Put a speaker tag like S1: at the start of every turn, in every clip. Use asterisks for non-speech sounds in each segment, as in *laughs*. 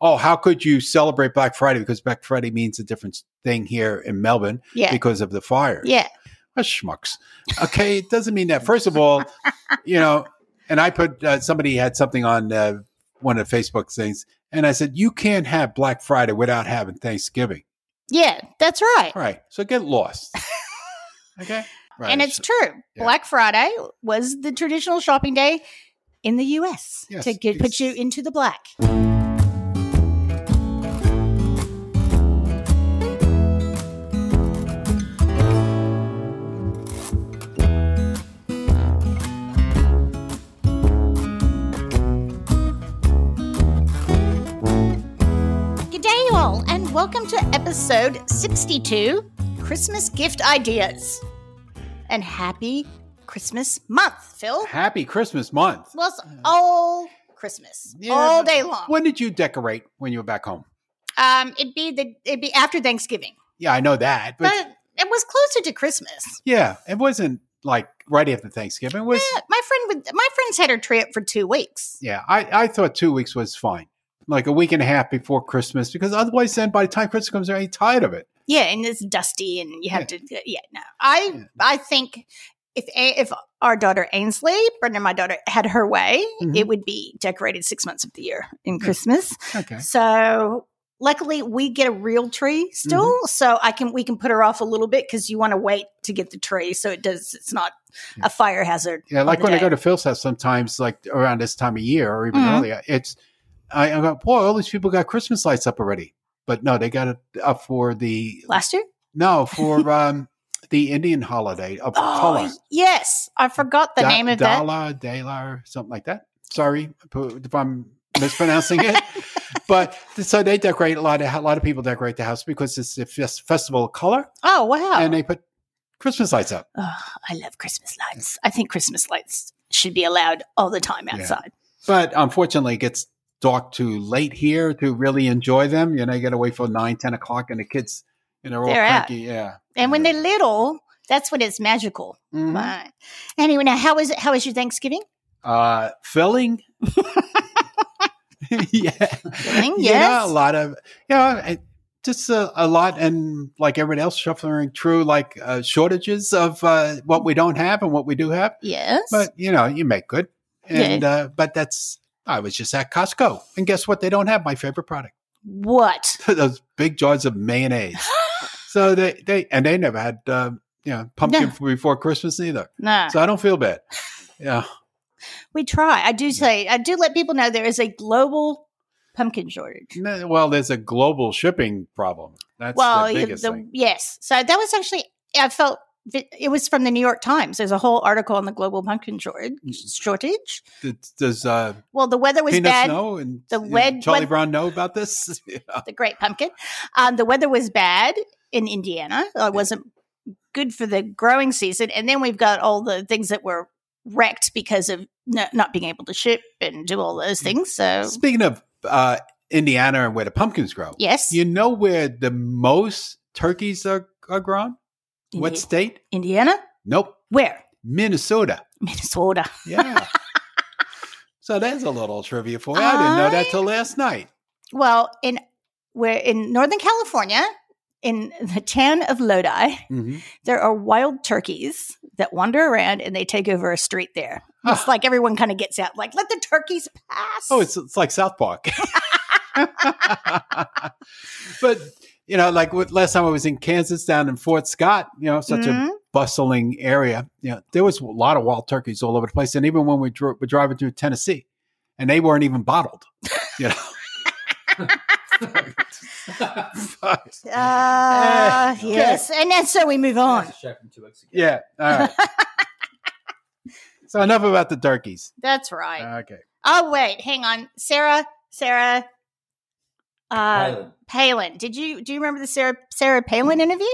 S1: oh, how could you celebrate Black Friday? Because Black Friday means a different thing here in Melbourne
S2: Yeah.
S1: because of the fire.
S2: yeah.
S1: Ah, schmucks. Okay, it doesn't mean that. First of all, you know, and I put uh, somebody had something on uh, one of the Facebook things, and I said you can't have Black Friday without having Thanksgiving.
S2: Yeah. That's right.
S1: All right, so get
S2: *laughs*
S1: lost. Okay, right.
S2: And it's true.
S1: Yeah.
S2: Black Friday was the traditional shopping day in the US
S1: Yes,
S2: to get, put
S1: it's-
S2: you into the black. G'day, all, and welcome to episode 62 Christmas Gift Ideas. And happy Christmas month, Phil.
S1: Happy Christmas month.
S2: Well, it's all Christmas,
S1: Yeah,
S2: all
S1: but
S2: day long.
S1: When did you decorate when you were back home?
S2: Um, it'd be the it'd be after Thanksgiving,
S1: Yeah, I know that, but,
S2: but, it was closer to Christmas.
S1: yeah, it wasn't like right after Thanksgiving. It was
S2: Yeah, my friend would my friends had her tree up for two weeks.
S1: yeah. I I thought two weeks was fine, like a week and a half before Christmas, because otherwise, then by the time Christmas comes around, you're tired of it.
S2: Yeah, and it's dusty, and you have
S1: Yeah.
S2: to. uh, Yeah, no, I
S1: Yeah.
S2: I think if A- if our daughter Ainsley, Brenda, my daughter, had her way,
S1: Mhm.
S2: it would be decorated six months of the year in Christmas.
S1: Okay.
S2: So luckily we get a real tree
S1: Mm-hmm.
S2: still so i can we can put her off a little bit because you want to wait to get the tree so it does it's not a fire hazard
S1: Yeah, like
S2: the
S1: when I
S2: day.
S1: go to Phil's house sometimes, like around this time of year or even
S2: Mhm.
S1: earlier, it's I, I go, boy, all these people got Christmas lights up already. But no, they got it up for the
S2: last year
S1: no for um the Indian holiday of
S2: Oh,
S1: color.
S2: yes i forgot the
S1: Da-
S2: name of that
S1: Dala, Dala, something like that. Sorry if I'm mispronouncing it. But so they decorate a lot. Of, a lot of people decorate the house because it's a fes- festival of color,
S2: oh wow
S1: and they put Christmas lights up.
S2: oh, i love christmas lights i think christmas lights should be allowed all the time
S1: Yeah.
S2: outside
S1: but unfortunately it gets dark too late here to really enjoy them you know you gotta wait for 9 10 o'clock and the kids you know are all
S2: They're out.
S1: cranky yeah
S2: and when
S1: Yeah.
S2: they're little that's when it's magical
S1: Mhm.
S2: right anyway now how is it how is your thanksgiving
S1: uh
S2: *laughs*
S1: filling yeah
S2: Filling,
S1: You know,
S2: yes.
S1: a lot of yeah it- just a, a lot and like everyone else shuffling through like uh, shortages of uh, what we don't have and what we do have
S2: yes
S1: but you know you make good
S2: Yeah.
S1: and uh, but that's i was just at costco and guess what they don't have my favorite product *laughs*
S2: what
S1: those big jars of mayonnaise.
S2: *gasps*
S1: so they, they and they never had uh, you know pumpkin before Christmas either.
S2: no
S1: So I don't feel bad. Yeah,
S2: We try. I do say I do let people know there is a global pumpkin shortage.
S1: No, well, there's a global shipping problem. That's
S2: well,
S1: the
S2: you-
S1: biggest
S2: the-
S1: thing.
S2: yes. So that was actually I felt that it was from the New York Times. There's a whole article on the global pumpkin shortage. Shortage.
S1: Th- Does uh,
S2: Well, the weather was
S1: Peanuts
S2: bad.
S1: know and
S2: The
S1: and
S2: red-
S1: Charlie
S2: red-
S1: Brown know about this? *laughs* Yeah.
S2: The Great Pumpkin. Um, the weather was bad in Indiana. It wasn't good for the growing season. And then we've got all the things that were wrecked because of no, not being able to ship and do all
S1: Mm.
S2: those things. So
S1: Speaking of uh, Indiana and where the pumpkins grow,
S2: yes,
S1: you know where the most turkeys are, are grown?
S2: Indi-
S1: What state?
S2: Indiana?
S1: Nope,
S2: Where?
S1: Minnesota.
S2: Minnesota. *laughs*
S1: Yeah. so that's a little trivia for you. I didn't know that till last night.
S2: Well, in where in Northern California, in *laughs* the town of Lodi,
S1: Mm-hmm.
S2: there are wild turkeys that wander around and they take over a street there.
S1: *laughs*
S2: It's like everyone kind of gets out, like let the turkeys pass.
S1: Oh, it's it's like South Park. *laughs* but you know, like with, last time I was in Kansas, down in Fort Scott, you know, such *laughs*
S2: Mhm.
S1: a bustling area. You know, there was a lot of wild turkeys all over the place, and even when we dro- were driving through Tennessee, and they weren't even
S2: *laughs*
S1: bottled. *laughs* You know. *laughs*
S2: Ah,
S3: Eh,
S2: yes, and then so we move on.
S3: That's a check from two weeks ago.
S1: yeah. All right. so enough about the turkeys.
S2: That's right.
S1: Okay.
S2: oh wait, hang on, Sarah, Sarah. Uh,
S3: Thailand.
S2: Palin, did you do you remember the Sarah Sarah
S1: Mm.
S2: Palin interview?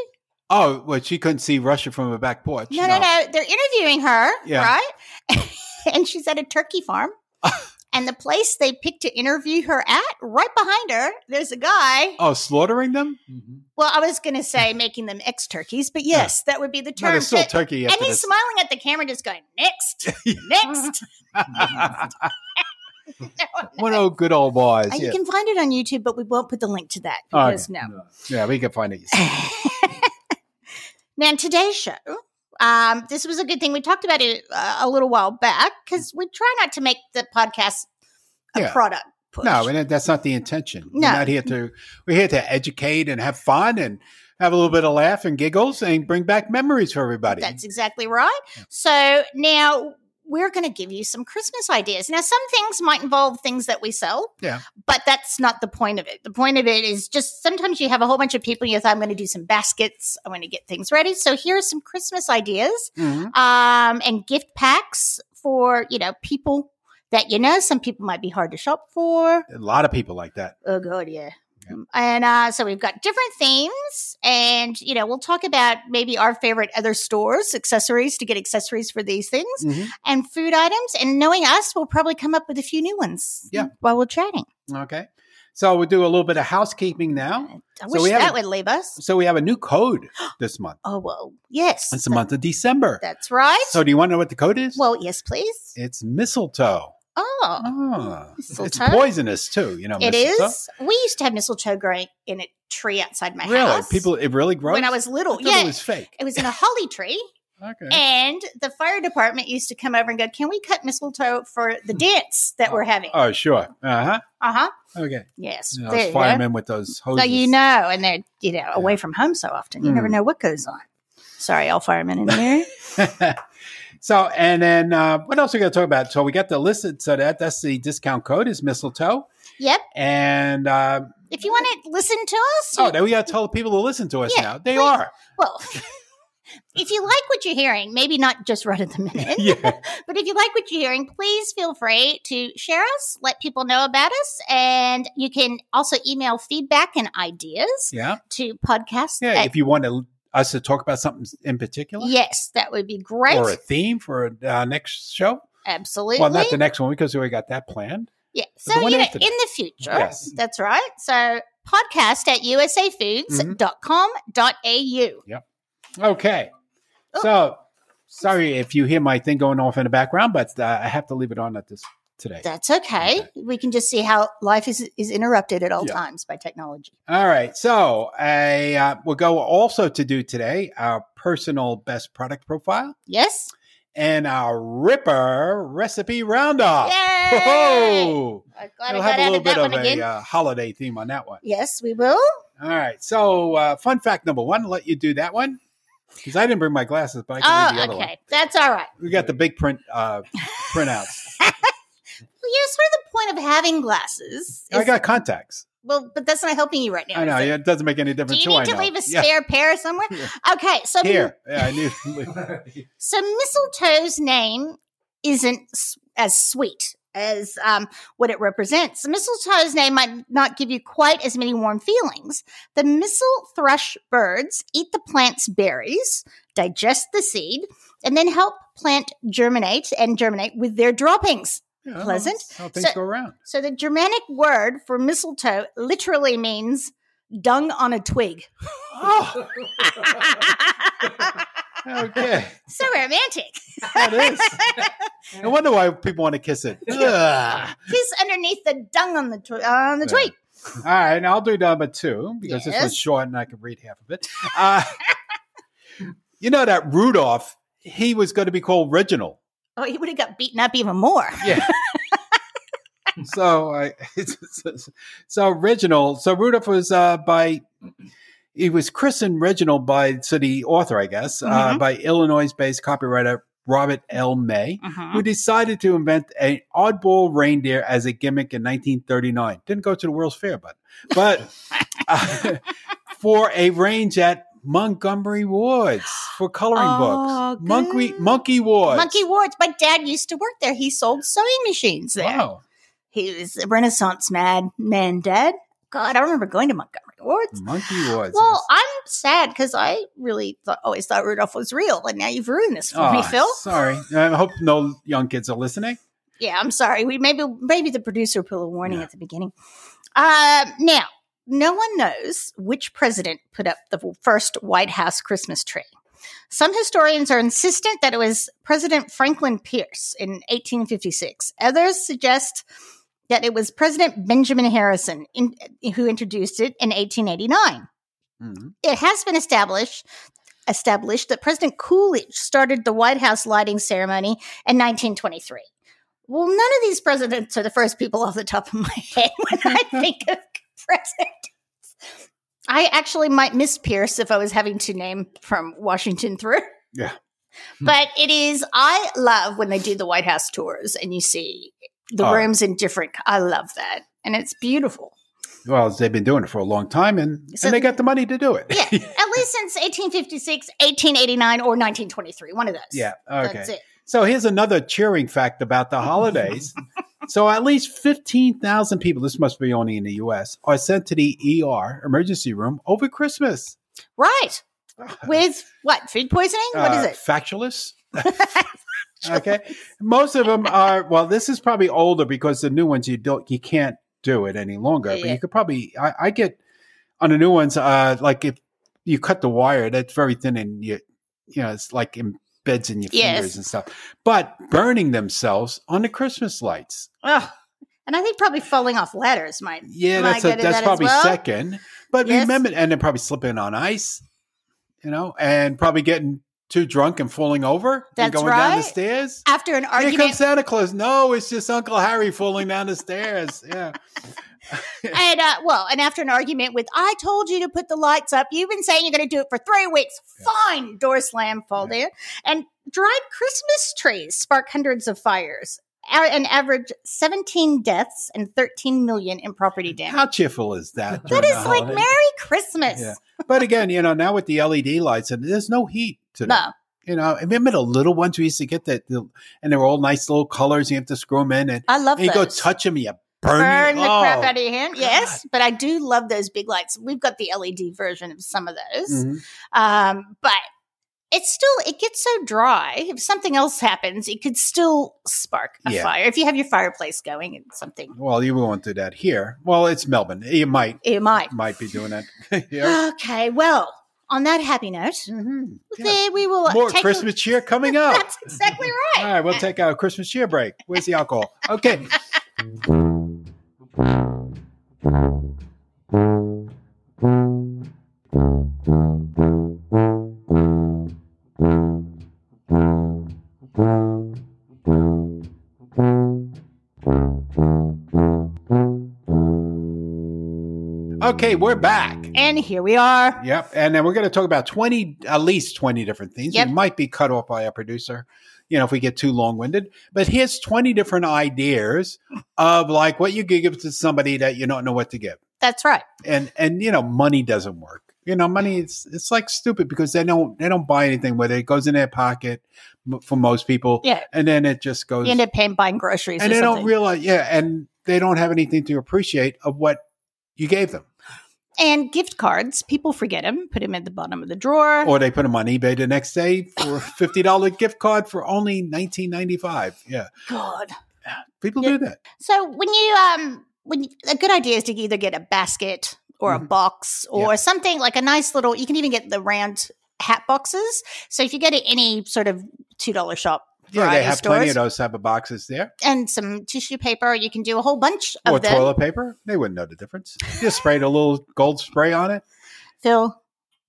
S1: Oh, well, she couldn't see Russia from her back porch.
S2: No, no, no. They're interviewing her,
S1: Yeah.
S2: right? *laughs* and she's at a
S1: *laughs*
S2: turkey farm. and the place they picked to interview her at, right behind her, there's a guy.
S1: Oh, slaughtering them?
S3: Mhm.
S2: Well, I was going to say making them ex turkeys, but
S1: Yeah.
S2: yes, that would be the
S1: No,
S2: term.
S1: there's still
S2: But-
S1: turkey
S2: and
S1: after
S2: he's
S1: this. *laughs*
S3: Mm-hmm.
S2: smiling at the camera, just going, next, next. *laughs*
S1: One oh good old boys.
S2: And
S1: Yeah.
S2: You can find it on YouTube, but we won't put the link to that
S1: Oh,
S2: because no.
S3: *laughs*
S1: yeah, we can find it.
S2: *laughs* now today's show um, this was a good thing we talked about it uh, a little while back because we try not to make the podcast a
S1: Yeah.
S2: product push
S1: No, and that's not the intention.
S2: No.
S1: We're not here to we're here to educate and have fun and have a little bit of laugh and giggles and bring back memories for everybody.
S2: that's exactly right so now we're going to give you some christmas ideas now some things might involve things that we sell
S1: Yeah.
S2: but that's not the point of it the point of it is just sometimes you have a whole bunch of people and you thought i'm going to do some baskets i'm going to get things ready so here are some christmas ideas
S1: Mhm.
S2: um, and gift packs for you know people that you know. Some people might be hard to shop for.
S1: A lot of people like that.
S2: Oh god, yeah.
S1: Yeah.
S2: And uh, so we've got different themes, and you know we'll talk about maybe our favorite other stores, accessories to get accessories for these things,
S1: Mhm.
S2: and food items. And knowing us, we'll probably come up with a few new ones.
S1: Yeah.
S2: while we're chatting.
S1: Okay. So we'll do a little bit of housekeeping now.
S2: I
S1: So
S2: wish
S1: we have
S2: that
S1: a-
S2: would leave us.
S1: So we have a new
S2: *gasps*
S1: code this month.
S2: Oh well, yes,
S1: It's the month of December.
S2: that's right.
S1: So do you want to know what the code is?
S2: well, yes, please.
S1: it's mistletoe.
S2: Oh,
S1: Ah, It's
S2: Mistletoe?
S1: poisonous too, you know.
S2: It
S1: mistletoe.
S2: is. We used to have mistletoe growing in a tree outside my
S1: really
S2: house.
S1: people. It really grows.
S2: when I was
S1: I
S2: little,
S1: thought
S2: yeah,
S1: it was fake.
S2: in a
S1: *laughs*
S2: holly tree,
S1: Okay.
S2: and the fire department used to come over and go, "Can we cut mistletoe for the dance that we're having?"
S1: Hmm. oh sure. Uh huh.
S2: Uh huh.
S1: Okay.
S2: Yes.
S1: You know,
S2: there
S1: those
S2: you go.
S1: firemen with those hoses.
S2: So you know, and they're you know away from home so often, you never
S1: Mm.
S2: know what goes on. Sorry, all
S1: *laughs*
S2: firemen in there.
S1: so and then uh, what else are we going to talk about? So we got the listed. So that that's the discount code is mistletoe.
S2: yep.
S1: And uh,
S2: If you
S1: *laughs*
S2: want to listen to us,
S1: oh, now we got to tell people to listen to us
S2: Yeah,
S1: now. They
S2: please.
S1: are.
S2: *laughs* well. If you like what you're hearing, maybe not just right at the minute,
S1: Yeah.
S2: But if you like what you're hearing, please feel free to share us, let people know about us, and you can also email feedback and ideas
S1: Yeah.
S2: to podcast.
S1: Yeah.
S2: at-
S1: if you want to, us to talk about something in particular.
S2: yes, that would be great.
S1: Or a theme for our next show.
S2: Absolutely.
S1: Well, not the next one because we already got that planned.
S2: yeah.
S1: the
S2: So
S1: one
S2: you know,
S1: after
S2: in
S1: that.
S2: the future,
S1: Yes. Mm-hmm.
S2: that's right. So podcast at usafoods.com.au.
S1: Okay.
S2: Oh.
S1: So sorry if you hear my thing going off in the background, but uh, I have to leave it on at this today.
S2: That's okay. We can just see how life is, is interrupted at all
S1: Yeah.
S2: times by technology.
S1: All right. So I uh, will go also to do today our personal best product profile
S2: Yes?
S1: and our Ripper recipe roundup.
S2: Yay!
S1: Ah. Ho-ho!
S2: I'm glad I
S1: We'll have
S2: got
S1: a
S2: out
S1: little
S2: of that
S1: bit of
S2: one
S1: a
S2: again.
S1: uh, holiday theme on that one.
S2: yes, we will.
S1: All right. So, uh, fun fact number one, let you do that one because I didn't bring my glasses, but I can read the
S2: Oh,
S1: other one.
S2: okay. That's all right.
S1: We got the big print uh,
S2: *laughs*
S1: printouts.
S2: Well, yeah, sort of the point of having glasses. Is,
S1: I got contacts.
S2: well, but that's not helping you right now.
S1: I know.
S2: is it?
S1: Yeah, it doesn't make any
S2: Do
S1: difference.
S2: you
S1: who I
S2: need to
S1: know.
S2: leave a
S1: Yeah,
S2: spare pair somewhere?
S1: *laughs* Yeah.
S2: Okay, so
S1: here. Yeah, I
S2: *laughs*
S1: knew.
S2: so mistletoe's name isn't s- as sweet as um, what it represents. The mistletoe's name might not give you quite as many warm feelings. The mistle thrush birds eat the plant's berries, digest the seed, and then help plant germinate and germinate with their droppings.
S1: Yeah,
S2: Pleasant.
S1: that's How things
S2: So-
S1: go around.
S2: So the Germanic word for mistletoe literally means dung on a twig.
S1: Oh, *laughs* okay.
S2: so romantic.
S1: That is.
S2: *laughs*
S1: No wonder why people want to kiss it. Ugh.
S2: Kiss underneath the dung on the twi- uh, on the
S1: Yeah.
S2: twig.
S1: All right, now I'll do number two because this
S2: Yes.
S1: one's short and I can read half of it. Uh, *laughs* you know that Rudolph, he was going to be called Reginald.
S2: Oh, he would have got beaten up even more.
S1: Yeah. so I *laughs* so Reginald. So Rudolph was uh, by he was christened Reginald by so the author, I guess, uh,
S2: Mhm.
S1: by Illinois-based copywriter Robert L. May,
S2: Mhm.
S1: who decided to invent an oddball reindeer as a gimmick in 1939. Didn't go to the World's Fair, but
S2: *laughs*
S1: but uh, *laughs* for a range at Montgomery Woods for coloring
S2: Oh,
S1: books, monkey
S2: good.
S1: monkey Woods,
S2: Monkey Wards. My dad used to work there. He sold sewing machines there.
S1: Wow.
S2: He was a Renaissance mad man, Dad. God, I remember going to Montgomery
S1: Mm,
S2: Wards.
S1: Monkey Woods.
S2: Well, I'm sad because I really thought, always thought Rudolph was real, and now you've ruined this for
S1: Oh,
S2: me, Phil.
S1: Sorry. I hope no young kids are listening.
S2: Yeah, I'm sorry. We maybe maybe the producer put a warning
S1: Yeah.
S2: at the beginning. Uh, now, no one knows which president put up the first White House Christmas tree. Some historians are insistent that it was President Franklin Pierce in 1856. Others suggest that it was President Benjamin Harrison in, who introduced it in 1889.
S1: hmm
S2: It has been established established that President Coolidge started the White House lighting ceremony in 1923. Well, none of these presidents are the first people off the top of my *laughs* head when
S1: *laughs*
S2: I think of presidents. I actually might miss Pierce if I was having to name from Washington through.
S1: Yeah.
S2: *laughs* But it is, I love when they do the White House tours and you see the
S1: Oh.
S2: rooms in different, I love that. And it's beautiful.
S1: Well, they've been doing it for a long time, and,
S2: So-
S1: and they got the money to do it. *laughs*
S2: Yeah, at least since 1856, 1889, or 1923, one of those.
S1: yeah. Okay.
S2: That's it.
S1: So here's another cheering fact about the
S2: *laughs*
S1: holidays. so at least 15,000 people, this must be only in the US, are sent to the ER, emergency room, over Christmas.
S2: Right. With what? Food poisoning? what is
S1: Uh,
S2: it? *laughs*
S1: Factualist. *laughs* okay. Most of them are, well, this is probably older because the new ones you don't, you can't do it any longer,
S2: Yeah,
S1: but
S2: yeah.
S1: you could probably, I, I get on the new ones, uh, like if you cut the wire, that's very thin and you, you know, it's like embeds in your
S2: Yes.
S1: fingers and stuff. But burning themselves on the Christmas lights.
S2: Ugh. And I think probably falling off ladders might.
S1: Yeah,
S2: Am I
S1: that's a,
S2: good at
S1: that's
S2: that as
S1: probably
S2: well?
S1: second. But
S2: Yes.
S1: remember, and then probably slipping on ice, you know, and probably getting too drunk and falling over and
S2: That's
S1: going down the
S2: right.
S1: stairs.
S2: After an
S1: Here comes
S2: argument,
S1: Santa Claus. No, it's just Uncle Harry falling down the
S2: *laughs*
S1: stairs. Yeah,
S2: and uh, well, and after an argument with, I told you to put the lights up. You've been saying you're going to do it for three weeks. Fine. Door slam, fall down. And dried Christmas trees spark hundreds of fires. A- An average 17 deaths and 13 million in property damage.
S1: how cheerful is that? during
S2: that
S1: the
S2: is like
S1: holiday?
S2: Merry Christmas.
S1: Yeah. But again, you know, now with the LED lights, and there's no heat to them.
S2: No.
S1: You know, remember the little ones we used to get that, the, and they were all nice little colors. You have to screw them in, and,
S2: I love
S1: and you go
S2: those.
S1: touch them, you burn,
S2: burn the
S1: oh,
S2: crap out of your hand.
S1: God.
S2: Yes, but I do love those big lights. We've got the LED version of some of those,
S1: Mhm.
S2: um, but it's still it gets so dry. If something else happens, it could still spark a
S1: Yeah.
S2: fire. If you have your fireplace going and something,
S1: Well, you won't do that here. Well, it's Melbourne. You might
S2: it might.
S1: might be doing
S2: *laughs*
S1: that. *laughs* yeah.
S2: Okay, well, on that happy note,
S1: Mhm. Yeah.
S2: there we will
S1: More
S2: take a-
S1: Christmas cheer coming up.
S2: That's exactly
S1: All
S2: right.
S1: right, we'll take our Christmas cheer break. Where's the alcohol? Okay. Okay, we're back.
S2: And here we are.
S1: Yep. And then we're going to talk about 20, at least 20 different things.
S2: Yep.
S1: We might be cut off by our producer, you know, if we get too long winded. But here's 20 different ideas of like what you could give to somebody that you don't know what to give.
S2: That's right.
S1: And, and, you know, money doesn't work. You know, money it's it's like stupid because they don't they don't buy anything with it. It goes in their pocket m- for most people,
S2: Yeah.
S1: and then it just goes.
S2: You end up paying buying groceries,
S1: and
S2: or
S1: they
S2: something.
S1: don't realize, yeah, and they don't have anything to appreciate of what you gave them,
S2: And gift cards, people forget them, put them at the bottom of the drawer.
S1: or they put them on eBay the next day for a fifty dollar gift card for only nineteen ninety five. Yeah,
S2: God.
S1: people
S2: Yeah.
S1: do that.
S2: So when you um when you, a good idea is to either get a basket or a
S1: Mhm.
S2: box or something like a nice little you can even get the round hat boxes. So if you go to any sort of two dollar shop
S1: Yeah, they
S2: variety
S1: have
S2: stores
S1: plenty of those type of boxes there,
S2: and some tissue paper, you can do a whole bunch of
S1: or
S2: them.
S1: toilet paper. They wouldn't know the difference. Just sprayed a little gold spray on it.
S2: Phil,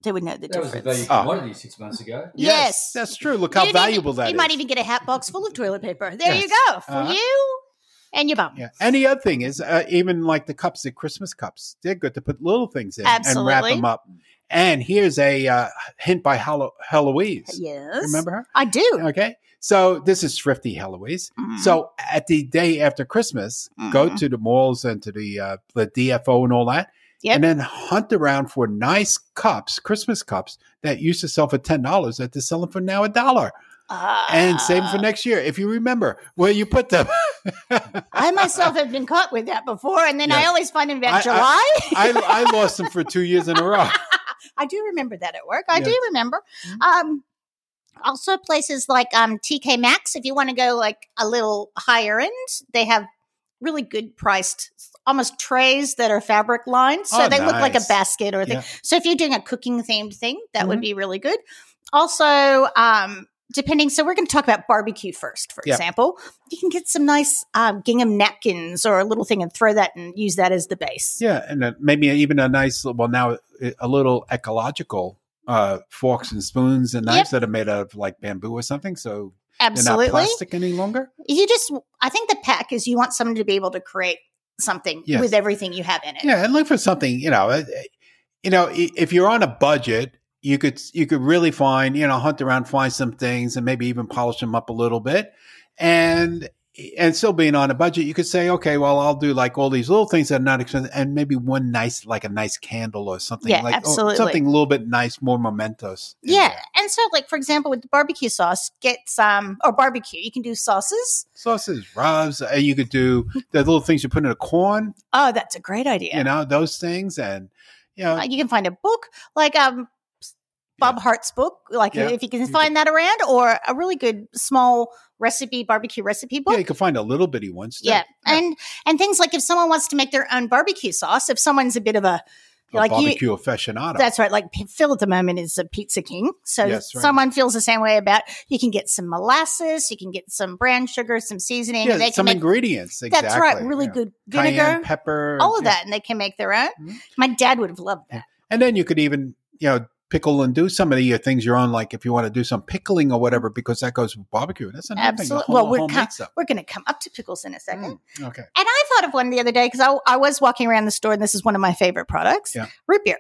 S2: they would know the
S3: That was a
S2: difference.
S3: value
S1: Oh.
S3: commodity six months
S2: *laughs*
S3: ago.
S2: Yes.
S1: that's true. Look how
S2: You'd even-
S1: valuable that is.
S2: You might even get a hat box full of toilet paper. There you
S1: Yes.
S2: go. For
S1: Uh-huh.
S2: you and your bum.
S1: Yeah. And the other thing is, uh, even like the cups, the Christmas cups, they're good to put little things in and wrap
S2: Absolutely.
S1: them up. And here's a uh, hint by Hello- Heloise.
S2: Yes.
S1: Remember her?
S2: I do.
S1: Okay. So this is thrifty Heloise.
S2: Mm.
S1: So at the day after Christmas, go
S2: Mhm.
S1: to the malls and to the uh, the DFO and all that,
S2: Yep.
S1: and then hunt around for nice cups, Christmas cups that used to sell for ten dollars that they're selling for now a dollar, and same for
S2: Ah.
S1: next year if you remember where you put them. *laughs*
S2: I myself have been caught with that before, and then I
S1: Yes.
S2: always find them
S1: I- I-
S2: about July.
S1: I, I lost them for two years in a row.
S2: I do remember that at work. I do
S1: Yes.
S2: remember.
S1: Mm-hmm.
S2: Um, also, places like um, TK Maxx, if you want to go like a little higher end, they have really good priced, almost trays that are fabric lined, so
S1: Oh,
S2: they look like a
S1: nice.
S2: basket or a thing.
S1: Yeah. Mm-hmm.
S2: So if you're doing a cooking themed thing, that would be really good. Also, um, depending. So we're going to talk about barbecue first, for
S1: Yeah.
S2: example. You can get some nice um, gingham napkins or a little thing and throw that and use that as the base.
S1: *laughs* Yeah, and uh, maybe even a nice, well, now a- a little ecological uh, forks and spoons and knives that are made out of like bamboo or something, so
S2: Absolutely.
S1: they're not plastic any longer.
S2: You just, I think the pack is you want someone to be able to create something
S1: Yes.
S2: with everything you have in it.
S1: Yeah, and look for something. You know, uh, you know, i- if you're on a budget, you could you could really find you know hunt around, find some things, and maybe even polish them up a little bit, and. And still being on a budget, you could say, okay, well, I'll do like all these little things that are not expensive, and maybe one nice, like a nice candle or something,
S2: Yeah,
S1: like or
S2: absolutely.
S1: something a little bit nice, more momentous. in
S2: Yeah.
S1: there.
S2: And so, like, for example, with the barbecue sauce, get some, or barbecue, you can do sauces.
S1: sauces, rubs. Uh, you could do the little things you put in a
S2: *laughs*
S1: corn,
S2: Oh, that's a great idea.
S1: you know, those things. And, you know,
S2: Uh, you can find a book like um Bob Hart's book, like
S1: Yeah.
S2: if you can
S1: You
S2: find that around, or a really good small recipe barbecue recipe book.
S1: yeah, you uh, could find a little bitty one. still.
S2: yeah. and and things like if someone wants to make their own barbecue sauce, if someone's a bit of a
S1: A
S2: Like you-
S1: barbecue aficionado.
S2: that's right, like P- Phil at the moment is a pizza king, so
S1: Yes, right.
S2: someone feels the same way about. You can get some molasses, you can get some brown sugar, some seasoning,
S1: yeah,
S2: and they can
S1: some
S2: make.
S1: ingredients. Exactly.
S2: That's right, really
S1: yeah.
S2: good
S1: Cayenne,
S2: vinegar,
S1: pepper.
S2: all of
S1: yeah.
S2: that, and they can make their own.
S1: Mhm.
S2: My dad would have loved that.
S1: And then you could even, you know, pickle and do some of the uh, things you're on, like if you want to do some pickling or whatever, because that goes with barbecue. That's another
S2: Absolute-
S1: thing. the
S2: well,
S1: whole-
S2: we're
S1: whole
S2: kind-
S1: mix-up.
S2: We're going to come up to pickles in a second.
S1: Mm, okay.
S2: And I thought of one the other day because I, I was walking around the store, and this is one of my favorite products
S1: Yeah.
S2: root beer.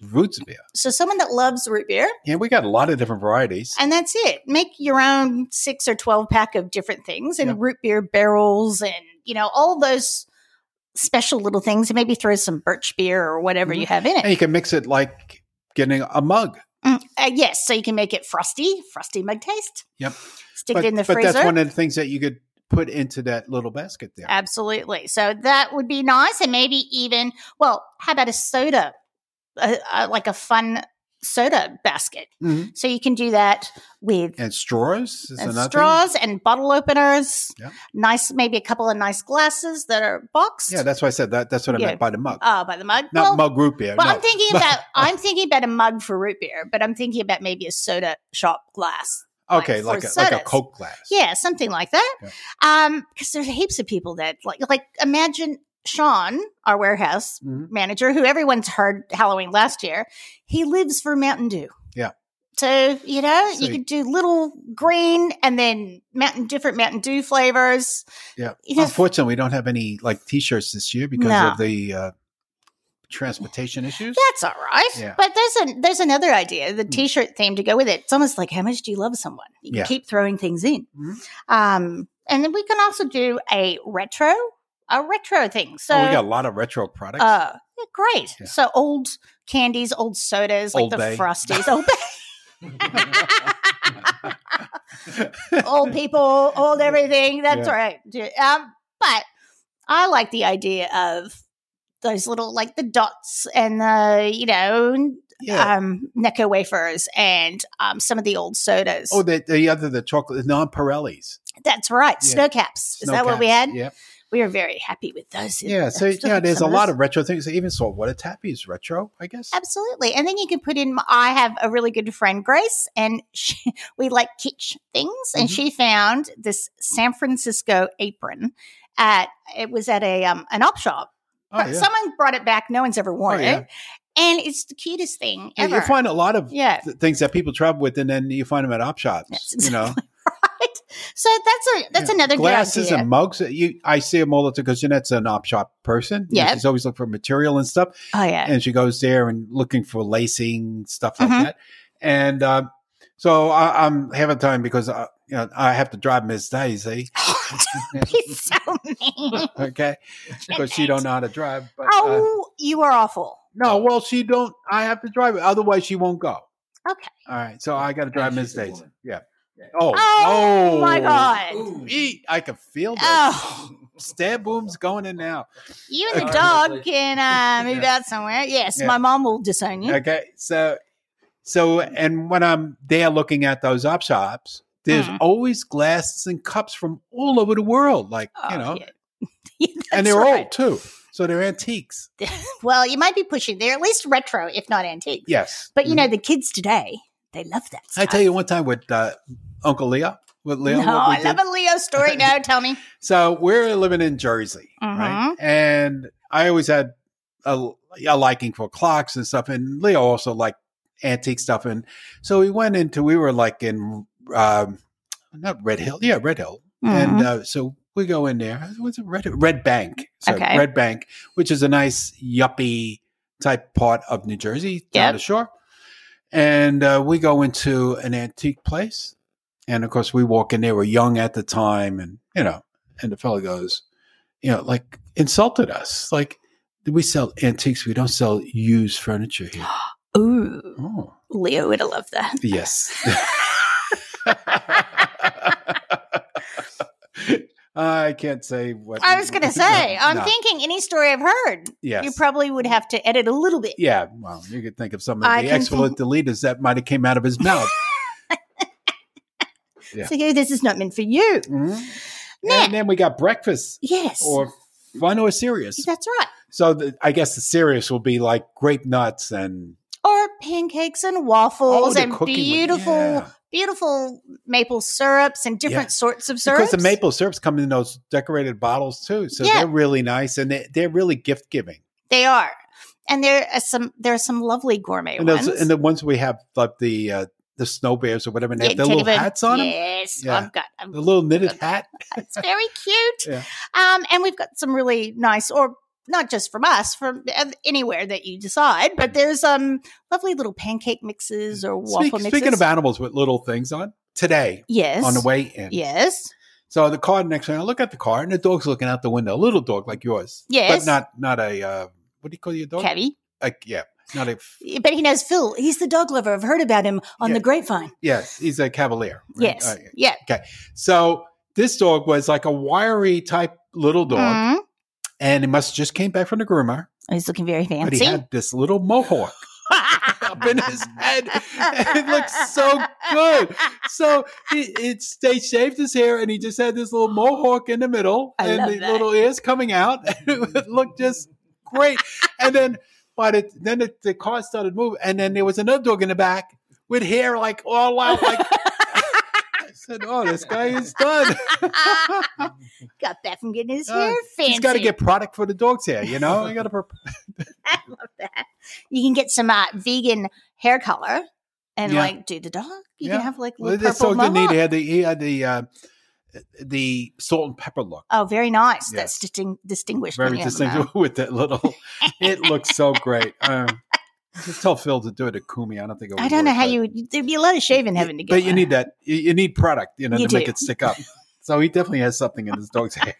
S1: Roots beer.
S2: So, someone that loves root beer,
S1: Yeah, we got a lot of different varieties.
S2: and that's it. Make your own six or 12 pack of different things and
S1: Yeah.
S2: root beer barrels and, you know, all those special little things. And maybe throw some birch beer or whatever you have in
S1: And
S2: it.
S1: you can mix it like getting a mug.
S2: Mm, uh, yes. So, you can make it frosty, frosty mug taste.
S1: Yep.
S2: Stick it in the freezer.
S1: that's one of the things that you could put into that little basket there.
S2: Absolutely. So that would be nice. And maybe even, well, how about a soda, a, a, like a fun soda basket?
S1: Mhm.
S2: So you can do that with
S1: And straws is
S2: and
S1: another thing.
S2: straws and bottle openers.
S1: Yeah.
S2: Nice, maybe a couple of nice glasses that are boxed.
S1: Yeah, that's why I said that. That's what I
S2: Yeah.
S1: meant by the mug,
S2: uh, by the mug.
S1: not *laughs*
S2: well,
S1: mug root beer.
S2: well,
S1: no.
S2: I'm thinking about I'm thinking about a mug for root beer, but I'm thinking about maybe a soda shop glass.
S1: okay,
S2: like
S1: like
S2: for
S1: a, like a
S2: sodas.
S1: Coke glass.
S2: Yeah, something like that.
S1: Yeah.
S2: Um, because there's heaps of people that like like imagine Sean, our warehouse
S1: Mhm.
S2: manager, who everyone's heard Halloween last year, he lives for Mountain Dew.
S1: Yeah.
S2: So, you know,
S1: So
S2: you
S1: you-
S2: could do little green and then mountain different Mountain Dew flavors.
S1: Yeah.
S2: You know,
S1: Unfortunately, we don't have any like T-shirts this year because
S2: No.
S1: of the uh, transportation issues.
S2: that's all right.
S1: Yeah.
S2: But there's a there's another idea, the
S1: Hmm.
S2: t-shirt theme to go with it. It's almost like how much do you love someone? You can
S1: Yeah.
S2: keep throwing things in.
S1: Mhm.
S2: Um and then we can also do a retro, a retro thing. So
S1: oh, we got a lot of retro products.
S2: Uh, yeah, great.
S1: Yeah.
S2: So old candies, old sodas, like
S1: Old
S2: the
S1: Bay.
S2: Frosties,
S1: *laughs*
S2: old, old people, old everything. That's
S1: Yeah.
S2: right. Do- Um, but I like the idea of those little, like the dots and the, you know,
S1: yeah.
S2: um, Necco wafers and um, some of the old sodas.
S1: oh, the, the other the chocolate non Pirellis.
S2: That's right.
S1: yeah.
S2: Snow caps. Is that what we had?
S1: Yeah.
S2: We were very happy with those.
S1: Yeah. So
S2: Still
S1: yeah,
S2: have
S1: there's a
S2: some
S1: lot
S2: those.
S1: of retro things. Even saltwater taffy is retro, I guess.
S2: Absolutely. And then you can put in, I have a really good friend, Grace, and *laughs* she, we like kitsch things. And
S1: Mhm.
S2: she found this San Francisco apron at, it was at a um, an op shop.
S1: Oh,
S2: But
S1: yeah.
S2: Someone brought it back. No one's ever worn
S1: Oh, yeah.
S2: it. And it's the cutest thing
S1: Yeah,
S2: ever.
S1: You find a lot of
S2: yeah. *laughs*
S1: th- things that people travel with, and then you find them at op shops.
S2: Yes,
S1: You
S2: *laughs*
S1: know,
S2: Right? So that's a that's
S1: Yeah.
S2: another
S1: glasses
S2: good idea.
S1: and mugs. You, I see them all the time because Jeanette's an op shop person. You know,
S2: Yep.
S1: she's always looking for material and stuff,
S2: oh, yeah.
S1: and she goes there and looking for lacing stuff like
S2: Mhm.
S1: that. And um, so I, I'm having time because I, you know I have to drive Miss Daisy.
S2: Don't
S1: *laughs*
S2: be so mean.
S1: Okay, because she don't know how to drive. But, uh,
S2: Oh, you are awful.
S1: no, well she don't. I have to drive it, otherwise she won't go.
S2: Okay.
S1: All right, so I got to drive Miss Daisy. Yeah.
S3: Yeah.
S1: Oh,
S2: Oh,
S1: no.
S2: my God.
S1: Eat. I can feel this.
S2: Oh.
S1: Stab boom's going in now.
S2: You and the
S3: Okay.
S2: dog
S1: *laughs*
S2: can uh, move out somewhere. Yes,
S1: Yeah.
S2: my mom will disown you.
S1: Okay, so so and when I'm there looking at those op shops, there's
S2: Mhm.
S1: always glasses and cups from all over the world, like
S2: Oh,
S1: you know,
S2: yeah.
S1: *laughs*
S2: Yeah,
S1: and
S2: that's
S1: they're
S2: right.
S1: old too, so they're antiques.
S2: Well, you might be pushing. They're at least retro, if not antique.
S1: Yes, Mm.
S2: But you know, the kids today, they love that.
S1: Mm-hmm. I
S2: Stuff.
S1: tell you one time with uh, Uncle Leo? What Leo?
S2: no,
S1: what we
S2: I love
S1: did?
S2: a Leo
S1: *laughs*
S2: story. No, tell me.
S1: So we're living in Jersey, right? And I always had a, a liking for clocks and stuff. And Leo also liked antique stuff. And so we went into, we were like in, um, not Red Hill. Yeah, Red Hill.
S2: Mhm.
S1: And uh, so we go in there. What's it? Red, Red Bank. So
S2: Okay.
S1: Red Bank, which is a nice yuppie type part of New Jersey down
S2: Yep.
S1: the shore. And uh, we go into an antique place. And of course, we walk in there. We're young at the time. And, you know, and the fella goes, you know, like insulted us. Like, we sell antiques. We don't sell used furniture
S2: *gasps*
S1: here.
S2: Ooh,
S1: Oh,
S2: Leo would have loved that. *laughs*
S1: yes. *laughs* I can't say what
S2: I was going to say,
S1: *laughs*
S2: I'm
S1: No.
S2: thinking any story I've heard,
S1: Yes.
S2: you probably would have to edit a little bit.
S1: yeah, well, you could think of some of
S2: I
S1: the
S2: can
S1: excellent deletas that might have came out of his
S2: *laughs*
S1: mouth. Yeah.
S2: So, hey, this is not meant for you.
S1: Mhm.
S2: Nah.
S1: And then we got breakfast
S2: Yes.
S1: or fun or serious.
S2: that's right.
S1: So the, I guess the serious will be like grape nuts and
S2: Or pancakes and
S1: all
S2: waffles
S1: Oh, the
S2: and
S1: cooking with-
S2: beautiful,
S1: yeah.
S2: beautiful maple syrups and different
S1: Yeah.
S2: sorts of syrups.
S1: Because the maple syrups come in those decorated bottles too, so
S2: Yeah.
S1: they're really nice and they, they're really gift giving.
S2: They are. And there are some there are some lovely gourmet
S1: And
S2: ones.
S1: those and the ones we have like the uh, the snow bears or whatever, and they
S2: Yeah,
S1: have their
S2: teddy
S1: little
S2: bear-
S1: hats on them,
S2: Yes,
S1: Yeah.
S2: I've got. i
S1: the little knitted hat.
S2: it's very cute.
S1: *laughs* Yeah.
S2: Um, and we've got some really nice, or not just from us, from ev- anywhere that you decide. But there's um lovely little pancake mixes or waffle
S1: Speak,
S2: mixes.
S1: speaking of animals with little things on today
S2: yes,
S1: on the way in,
S2: yes,
S1: so the car next to me, I look at the car and the dog's looking out the window, a little dog like yours,
S2: Yes.
S1: but not not a uh, what do you call your dog?
S2: Cavi.
S1: Like yeah, not a
S2: But he knows Phil. He's the dog lover. I've heard about him on
S1: Yeah.
S2: the grapevine.
S1: yes, he's a cavalier. right?
S2: Yes,
S1: Uh,
S2: yeah.
S1: so this dog was like a wiry type little dog.
S2: Mhm.
S1: and he must have just came back from the groomer,
S2: He's looking very
S1: but
S2: fancy.
S1: he had this little mohawk *laughs* up in his head. And it looked so good. So he, it's they shaved his hair, and he just had this little mohawk in the middle,
S2: I
S1: and
S2: love
S1: the
S2: that.
S1: little ears coming out. *laughs* it looked just great. and then, but it, then the, the car started moving, and then there was another dog in the back with hair like all out,
S2: *laughs*
S1: like. I said, "Oh, this guy is done.
S2: *laughs* got that from getting his
S1: Uh,
S2: hair fancy.
S1: He's got to get product for the dog's hair, you know. I got to
S2: *laughs*
S1: prepare."
S2: I love that. You can get some uh, vegan hair color and
S1: Yeah.
S2: like do the dog. You
S1: Yeah.
S2: can have like
S1: Well,
S2: little
S1: this
S2: purple
S1: dog didn't need. He
S2: mohawk.
S1: had the he had the uh, the salt and pepper look,
S2: Oh, very nice.
S1: Yeah.
S2: That's disting- distinguished.
S1: very
S2: when you have them
S1: distinct *laughs* with that
S2: *laughs*
S1: little. It looks so great. Um, just tell Phil to do it at Kumi. I don't think it
S2: out.
S1: would
S2: I don't know
S1: work,
S2: how
S1: Oh, but-
S2: you would. There'd be a lot of shaving having to go.
S1: But you
S2: on.
S1: need that. You, you need product, you know,
S2: You
S1: to make
S2: do.
S1: it stick
S2: *laughs*
S1: up. So he definitely has something in his dog's hair.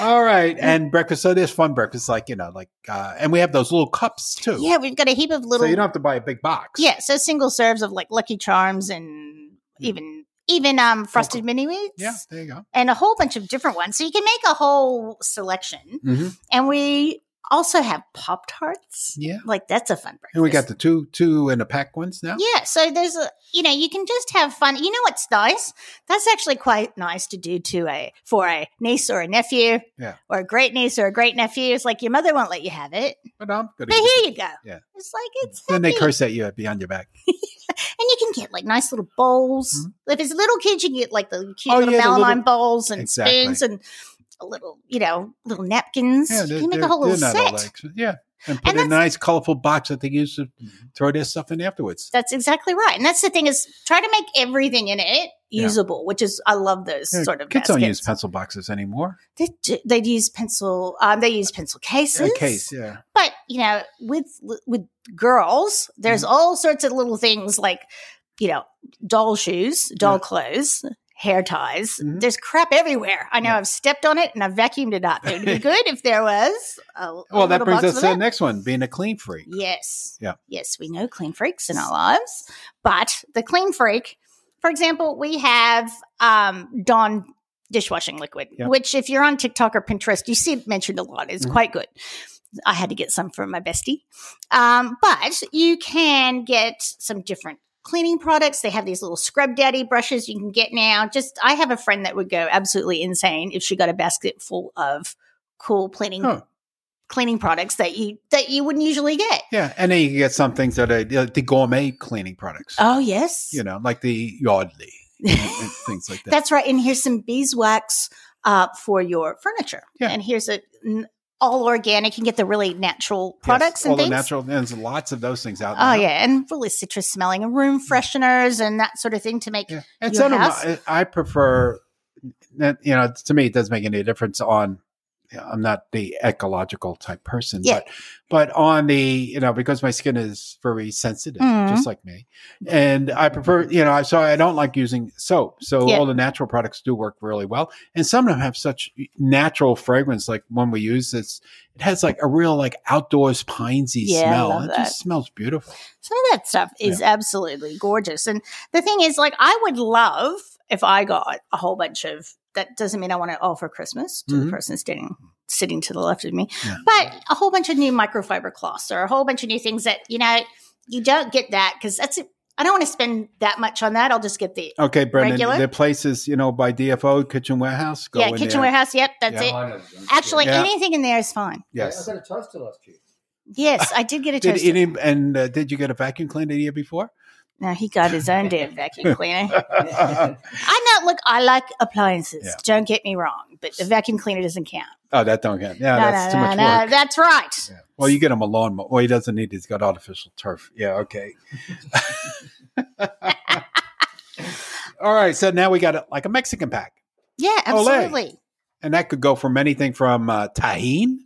S1: All
S2: *laughs*
S1: right, and breakfast. So there's fun breakfast, like you know, like uh, and we have those little cups too.
S2: Yeah, we've got a heap of little.
S1: So you don't have to buy a big box.
S2: yeah, so single serves of like Lucky Charms and even even um frosted mini wheats.
S1: Yeah. There you go.
S2: and a whole bunch of different ones. So you can make a whole selection.
S1: hmm
S2: And we also have Pop Tarts.
S1: Yeah.
S2: Like that's a fun breakfast.
S1: And we got the two two and a pack ones now.
S2: Yeah, so there's a you know you can just have fun. You know what's nice? That's actually quite nice to do to a for a niece or a nephew,
S1: Yeah.
S2: or a great niece or a great nephew. It's like your mother won't let you have it,
S1: But I'm gonna.
S2: but
S1: give it
S2: here you go.
S1: Yeah.
S2: it's like it's
S1: Then they
S2: happy.
S1: curse at you at behind your back.
S2: and you can get like nice little bowls. If it's little kids, you can get like the cute
S1: Mm-hmm. Oh,
S2: little
S1: yeah, the
S2: Malamine
S1: little-
S2: bowls and
S1: Exactly.
S2: spoons and a little you know little napkins. you can make a whole little
S1: they're not all
S2: set.
S1: that expensive. yeah. And put
S2: And
S1: in a nice colorful box that they use to throw their stuff in afterwards.
S2: That's exactly right. And that's the thing is try to make everything in it
S1: Yeah.
S2: usable, which is I love those
S1: Yeah,
S2: sort of
S1: kids don't
S2: baskets.
S1: use pencil boxes anymore.
S2: They do, they use pencil. Um, they use pencil
S1: A
S2: cases.
S1: case, yeah.
S2: but you know, with with girls, there's
S1: Mm-hmm.
S2: all sorts of little things like you know, doll shoes, doll
S1: Yeah.
S2: clothes, hair ties.
S1: Mhm.
S2: There's crap everywhere. I know
S1: Yeah.
S2: I've stepped on it and I vacuumed it up. It would
S1: *laughs*
S2: be good if there was. A, a
S1: Well, that
S2: little
S1: brings
S2: box
S1: us
S2: of
S1: to the next one, being a clean freak.
S2: Yes.
S1: Yeah.
S2: Yes, we know clean freaks in our lives, but the clean freak, for example, we have um, Dawn dishwashing liquid,
S1: Yeah.
S2: which if you're on TikTok or Pinterest, you see it mentioned a lot. It's
S1: Mhm.
S2: quite good. I had to get some from my bestie, um, but you can get some different cleaning products. They have these little scrub daddy brushes you can get now. Just I have a friend that would go absolutely insane if she got a basket full of cool cleaning
S1: Oh,
S2: cleaning products that you that you wouldn't usually get.
S1: Yeah, and then you can get some things that are like the gourmet cleaning products.
S2: Oh yes,
S1: You know, like the Yardley
S2: *laughs*
S1: and, and things like that.
S2: that's right. And here's some beeswax uh, for your furniture.
S1: Yeah.
S2: And here's a n- all organic. You can get the really natural
S1: Yes,
S2: products and
S1: all
S2: things.
S1: the natural. Uh-huh. There's lots of those things out.
S2: Oh
S1: now.
S2: yeah, and really citrus smelling and room fresheners and that sort of thing to make.
S1: Yeah. And
S2: Your
S1: some of
S2: house?
S1: my, uh, I prefer, that, you know, to me, it doesn't make any difference on, I'm not the ecological type person,
S2: Yeah.
S1: but, but on the, you know, because my skin is very sensitive,
S2: Mhm.
S1: just like me. And I prefer, you know, I- so I don't like using soap. So
S2: Yeah.
S1: all the natural products do work really well. And some of them have such natural fragrance. Like when we use this, it has like a real like outdoors pinesy
S2: Yeah, I
S1: smell.
S2: love
S1: It
S2: that.
S1: just smells beautiful.
S2: Some of that stuff is absolutely gorgeous. And the thing is, like, I would love if I got a whole bunch of. That doesn't mean I want it all for Christmas to the
S1: Mhm.
S2: person sitting sitting to the left of me,
S1: Yeah.
S2: but a whole bunch of new microfiber cloths or a whole bunch of new things that you know you don't get that because that's. I don't want to spend that much on that. I'll just get the
S1: Okay, Brendan,
S2: Regular?
S1: the places, you know, by DFO, Kitchen Warehouse, go
S2: yeah
S1: in
S2: kitchen
S1: there.
S2: warehouse. Yep, that's
S1: Yeah.
S2: it.
S3: I know.
S2: Actually,
S1: Yeah.
S2: anything in there is fine.
S1: Yes.
S3: I got a toaster last
S2: *laughs*
S3: year.
S2: Yes, I did get a
S1: Did
S2: toaster.
S1: any and uh, did you get a vacuum cleaner the year before?
S2: No, he got his
S1: *laughs*
S2: own damn vacuum cleaner.
S1: oh,
S2: I know. Look, I like appliances.
S1: Yeah.
S2: Don't get me wrong, but the vacuum cleaner doesn't count.
S1: Oh, that don't count. Yeah,
S2: No,
S1: that's
S2: no,
S1: too
S2: no,
S1: much
S2: no,
S1: work.
S2: That's right.
S1: Yeah. Well, you get him a lawnmower. Well, he doesn't need. it. He's got artificial turf. Yeah. Okay. *laughs* All right. So now we got a, like a Mexican pack,
S2: Yeah,
S1: Ole.
S2: absolutely.
S1: and that could go from anything from uh, tahine.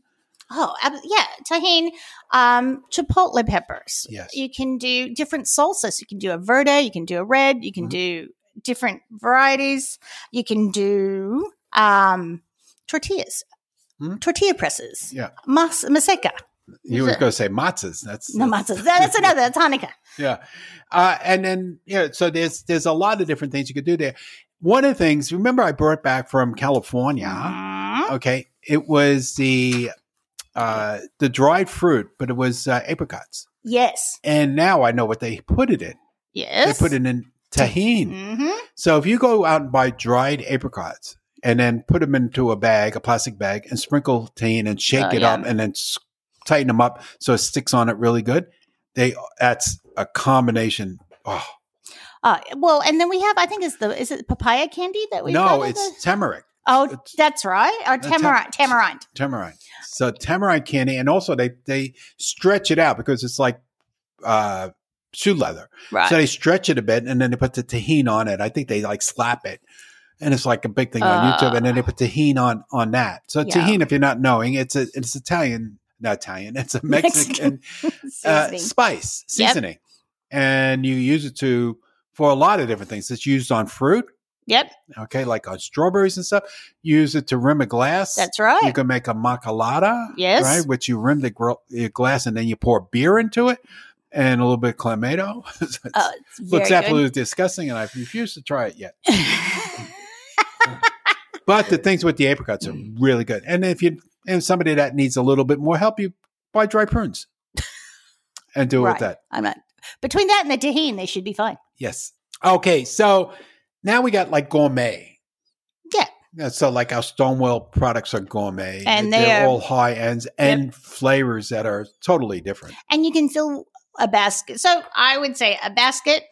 S2: Oh, ab- yeah, tahine, um, chipotle peppers.
S1: Yes.
S2: You can do different salsas. You can do a verde. You can do a red. You can
S1: Mhm.
S2: do different varieties. You can do um, tortillas,
S1: Mhm.
S2: tortilla presses.
S1: Yeah.
S2: Mas- maseca.
S1: You were going to say matzahs. That's
S2: No,
S1: that's-
S2: matzah. That's another. That's Hanukkah.
S1: *laughs* Yeah. Uh, and then, yeah, so there's, there's a lot of different things you could do there. One of the things, remember I brought back from California.
S2: Mhm.
S1: Okay. It was the, uh, the dried fruit, but it was uh, apricots.
S2: Yes.
S1: And now I know what they put it in.
S2: Yes.
S1: They put it in tahine.
S2: hmm
S1: So if you go out and buy dried apricots and then put them into a bag, a plastic bag, and sprinkle tahine and shake
S2: Oh,
S1: it
S2: yeah.
S1: up and then s- tighten them up so it sticks on it really good, they that's a combination. Oh,
S2: Uh, well, and then we have. I think is the is it papaya candy that we
S1: no,
S2: got at
S1: it's
S2: the-
S1: tamarind.
S2: oh,
S1: it's-
S2: that's right. Or
S1: tam-
S2: tamarind. Tamarind.
S1: Tamarind. So tamarind candy, and also they they stretch it out because it's like uh, shoe leather.
S2: Right.
S1: So they stretch it a bit, and then they put the tahine on it. I think they like slap it, and it's like a big thing on
S2: Uh.
S1: YouTube. And then they put tahine on on that. So
S2: Yeah.
S1: tahine, if you're not knowing, it's a it's Italian, not Italian. It's a Mexican, uh,
S2: Seasoning.
S1: spice
S2: Yep.
S1: seasoning, and you use it to for a lot of different things. It's used on fruit,
S2: yep,
S1: okay, like on strawberries and stuff. You use it to rim a glass.
S2: that's right.
S1: You can make a macalada,
S2: Yes.
S1: right? Which you rim the gro- your glass and then you pour beer into it and a little bit of clamato. *laughs* It's-
S2: Oh, it's
S1: looks
S2: very
S1: absolutely disgusting, and I've refused to try it yet.
S2: good.
S1: But the things with the apricots are
S2: Mm.
S1: really good. And if you and somebody that needs a little bit more help, you buy dry
S2: *laughs*
S1: prunes and do it
S2: Right.
S1: with that.
S2: *laughs* I'm not. Between that and the tahine, they should be fine.
S1: Yes. Okay, so now we got like gourmet.
S2: Yeah.
S1: Yeah, So like our Stonewell products are gourmet,
S2: And they
S1: they're
S2: are-
S1: all high ends and flavors that are totally different.
S2: And you can fill a basket. So I would say a basket.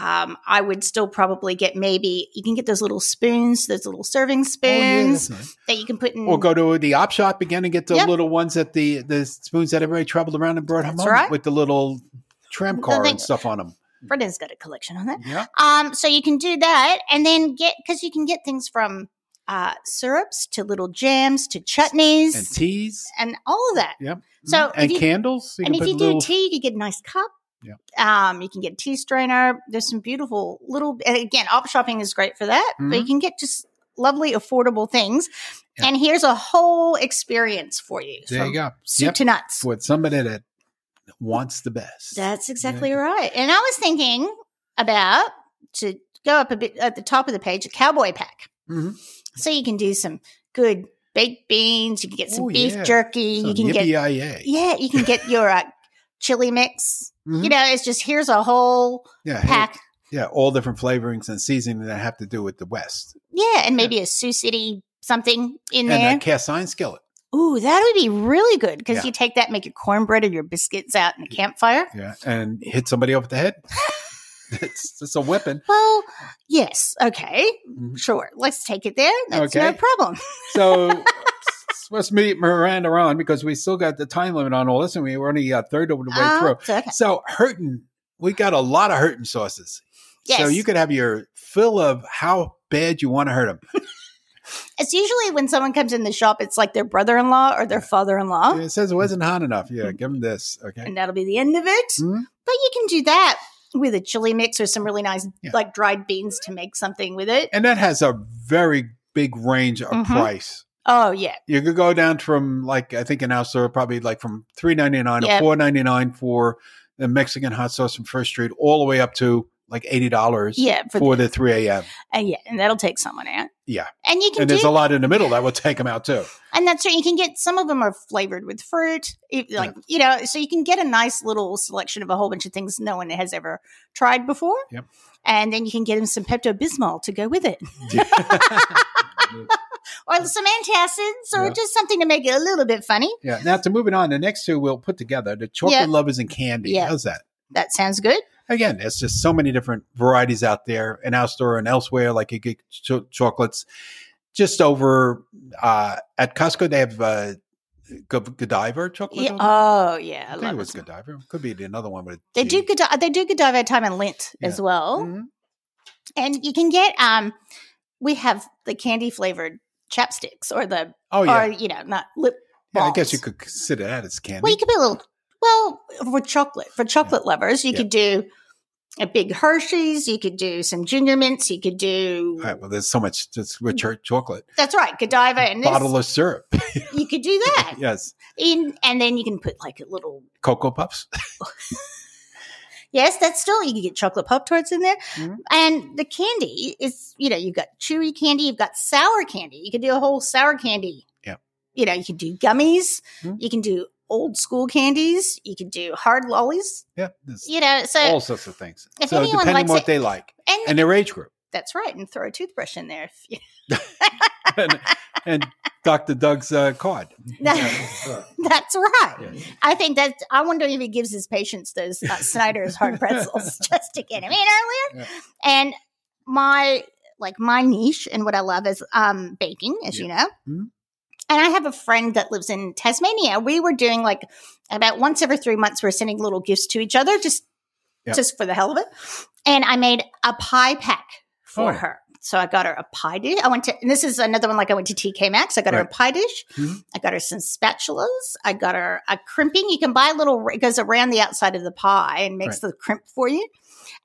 S2: Um, I would still probably get maybe you can get those little spoons, those little serving
S1: Oh, yeah,
S2: spoons
S1: that's nice.
S2: that you can put in.
S1: Or go to the op shop again and get the
S2: Mm-hmm. Yep.
S1: little ones that the the spoons that everybody traveled around and brought
S2: That's
S1: home
S2: right.
S1: with the little tram
S2: The
S1: car
S2: thing-
S1: and stuff on them.
S2: Brendan's got a collection on that.
S1: Yeah.
S2: Um, so you can do that, and then get because you can get things from uh, syrups to little jams to chutneys
S1: And
S2: and,
S1: teas.
S2: all of that.
S1: Yep. mm-hmm.
S2: So if
S1: and
S2: you-
S1: candles.
S2: and
S1: can
S2: if
S1: put
S2: you
S1: little-
S2: do tea, you could get a nice cup.
S1: Yeah.
S2: Um, you can get a tea strainer. There's some beautiful little. And again, op shopping is great for that, but
S1: Mm-hmm.
S2: you can get just lovely, affordable things.
S1: Yeah.
S2: And here's a whole experience for you.
S1: there you
S2: from *laughs*
S1: go.
S2: Soup
S1: Yep.
S2: to nuts.
S1: For somebody that wants the best.
S2: That's exactly
S1: you go.
S2: right. And I was thinking about to go up a bit at the top of the page, a cowboy pack.
S1: Mhm.
S2: So you can do some good baked beans. You can get some
S1: Oh,
S2: beef
S1: yeah.
S2: jerky.
S1: So
S2: you can get
S1: yippee-yi-yay.
S2: yeah, you can get your uh, chili mix.
S1: Mhm.
S2: You know, it's just here's a whole
S1: yeah, hey,
S2: pack.
S1: yeah, all different flavorings and seasoning that have to do with the West.
S2: Yeah, and maybe a Sioux City something
S1: and
S2: in there.
S1: a cast iron skillet.
S2: Ooh, that would be really good because
S1: Yeah.
S2: you take that, make your cornbread and your biscuits out in the campfire.
S1: Yeah, and hit somebody over the
S2: *laughs*
S1: head. it's, it's a weapon.
S2: Well, yes, okay,
S1: Mhm.
S2: sure. Let's take it there. That's no
S1: Okay.
S2: problem.
S1: So s- let's meet Miranda on because we still got the time limit on all this, and we were only a third of the way
S2: Uh,
S1: through.
S2: it's okay.
S1: So hurting, we got a lot of hurting sauces.
S2: Yes,
S1: So you could have your fill of how bad you want to hurt them.
S2: it's usually when someone comes in the shop, it's like their brother-in-law or their father-in-law,
S1: It says it wasn't hot enough. Yeah, give them this. Okay.
S2: and that'll be the end of it.
S1: Mhm.
S2: But you can do that with a chili mix or some really nice,
S1: Yeah.
S2: like dried beans to make something with it.
S1: And that has a very big range of
S2: Mhm.
S1: price.
S2: Oh yeah,
S1: You could go down from like I think an ounce or probably like from three ninety nine
S2: Yep.
S1: to four ninety nine for the Mexican hot sauce from First Street, all the way up to like eighty dollars
S2: yeah,
S1: for,
S2: for,
S1: the three a.m.
S2: and yeah, and that'll take someone out.
S1: Yeah.
S2: and you can
S1: And
S2: do
S1: there's a lot in the middle that will take them out
S2: *laughs*
S1: too.
S2: And that's right. You can get some of them are flavored with fruit, if- like you know, so you can get a nice little selection of a whole bunch of things no one has ever tried before.
S1: Yep.
S2: And then you can get them some Pepto Bismol to go with it, or some antacids, or
S1: Yeah.
S2: just something to make it a little bit funny.
S1: yeah. Now to moving on, the next two we'll put together the chocolate
S2: Yeah.
S1: lovers and candy.
S2: Yeah.
S1: How's that?
S2: That sounds good.
S1: again, it's just so many different varieties out there in our store and elsewhere. Like you get cho- chocolates just over uh, at Costco. They have uh, Go- Godiva chocolate.
S2: Yeah.
S1: over there?
S2: Oh yeah,
S1: I, think it was Godiva. Could be the another one, but
S2: They do Godiva, they do Godiva time and lint
S1: Yeah.
S2: as well,
S1: Mhm.
S2: and you can get um, we have the candy flavored chapsticks or the
S1: Oh
S2: or
S1: yeah.
S2: you know not lip.
S1: yeah, I
S2: balms.
S1: guess you could consider that as candy.
S2: Well, you could be a little. Well, for chocolate, for chocolate lovers, you
S1: Yeah.
S2: could do a big Hershey's. You could do some Junior Mints. You could do.
S1: All right, well, there's so much that's with cho- chocolate.
S2: That's right, Godiva Mm-hmm. and
S1: Bottle
S2: this.
S1: of syrup. *laughs*
S2: You could do that,
S1: yes.
S2: in, and then you can put like a little.
S1: Cocoa Puffs.
S2: Yes, that's still you can get chocolate pop tarts in there,
S1: Mhm.
S2: and the candy is you know you've got chewy candy, you've got sour candy. You could do a whole sour candy.
S1: Yeah.
S2: You know you can do gummies.
S1: Mhm.
S2: You can do old school candies. You can do hard lollies.
S1: Yeah. There's
S2: You know so
S1: all sorts of things.
S2: if
S1: So
S2: anyone
S1: depending on
S2: likes
S1: what
S2: it-
S1: they like
S2: and
S1: and their
S2: *laughs*
S1: age group.
S2: That's right, and throw a toothbrush in there. If you,
S1: and, and Dr. Doug's uh, card.
S2: No.
S1: Yeah.
S2: *laughs* that's right.
S1: Yeah.
S2: *laughs* I think that I wonder if he gives his patients those uh, Snyder's hard pretzels just to get him in earlier. And my like my niche and what I love is um, baking, as you know.
S1: Mhm.
S2: And I have a friend that lives in Tasmania. We were doing like about once every three months, we're sending little gifts to each other just
S1: Yeah.
S2: just for the hell of it. And I made a pie pack for
S1: Oh.
S2: her. So I got her a pie dish. I went to, and this is another one like I went to TK Maxx. I got her a
S1: Right.
S2: pie dish.
S1: Mhm.
S2: I got her some spatulas. I got her a crimping. You can buy a little, it goes around the outside of the pie and makes the crimp for you.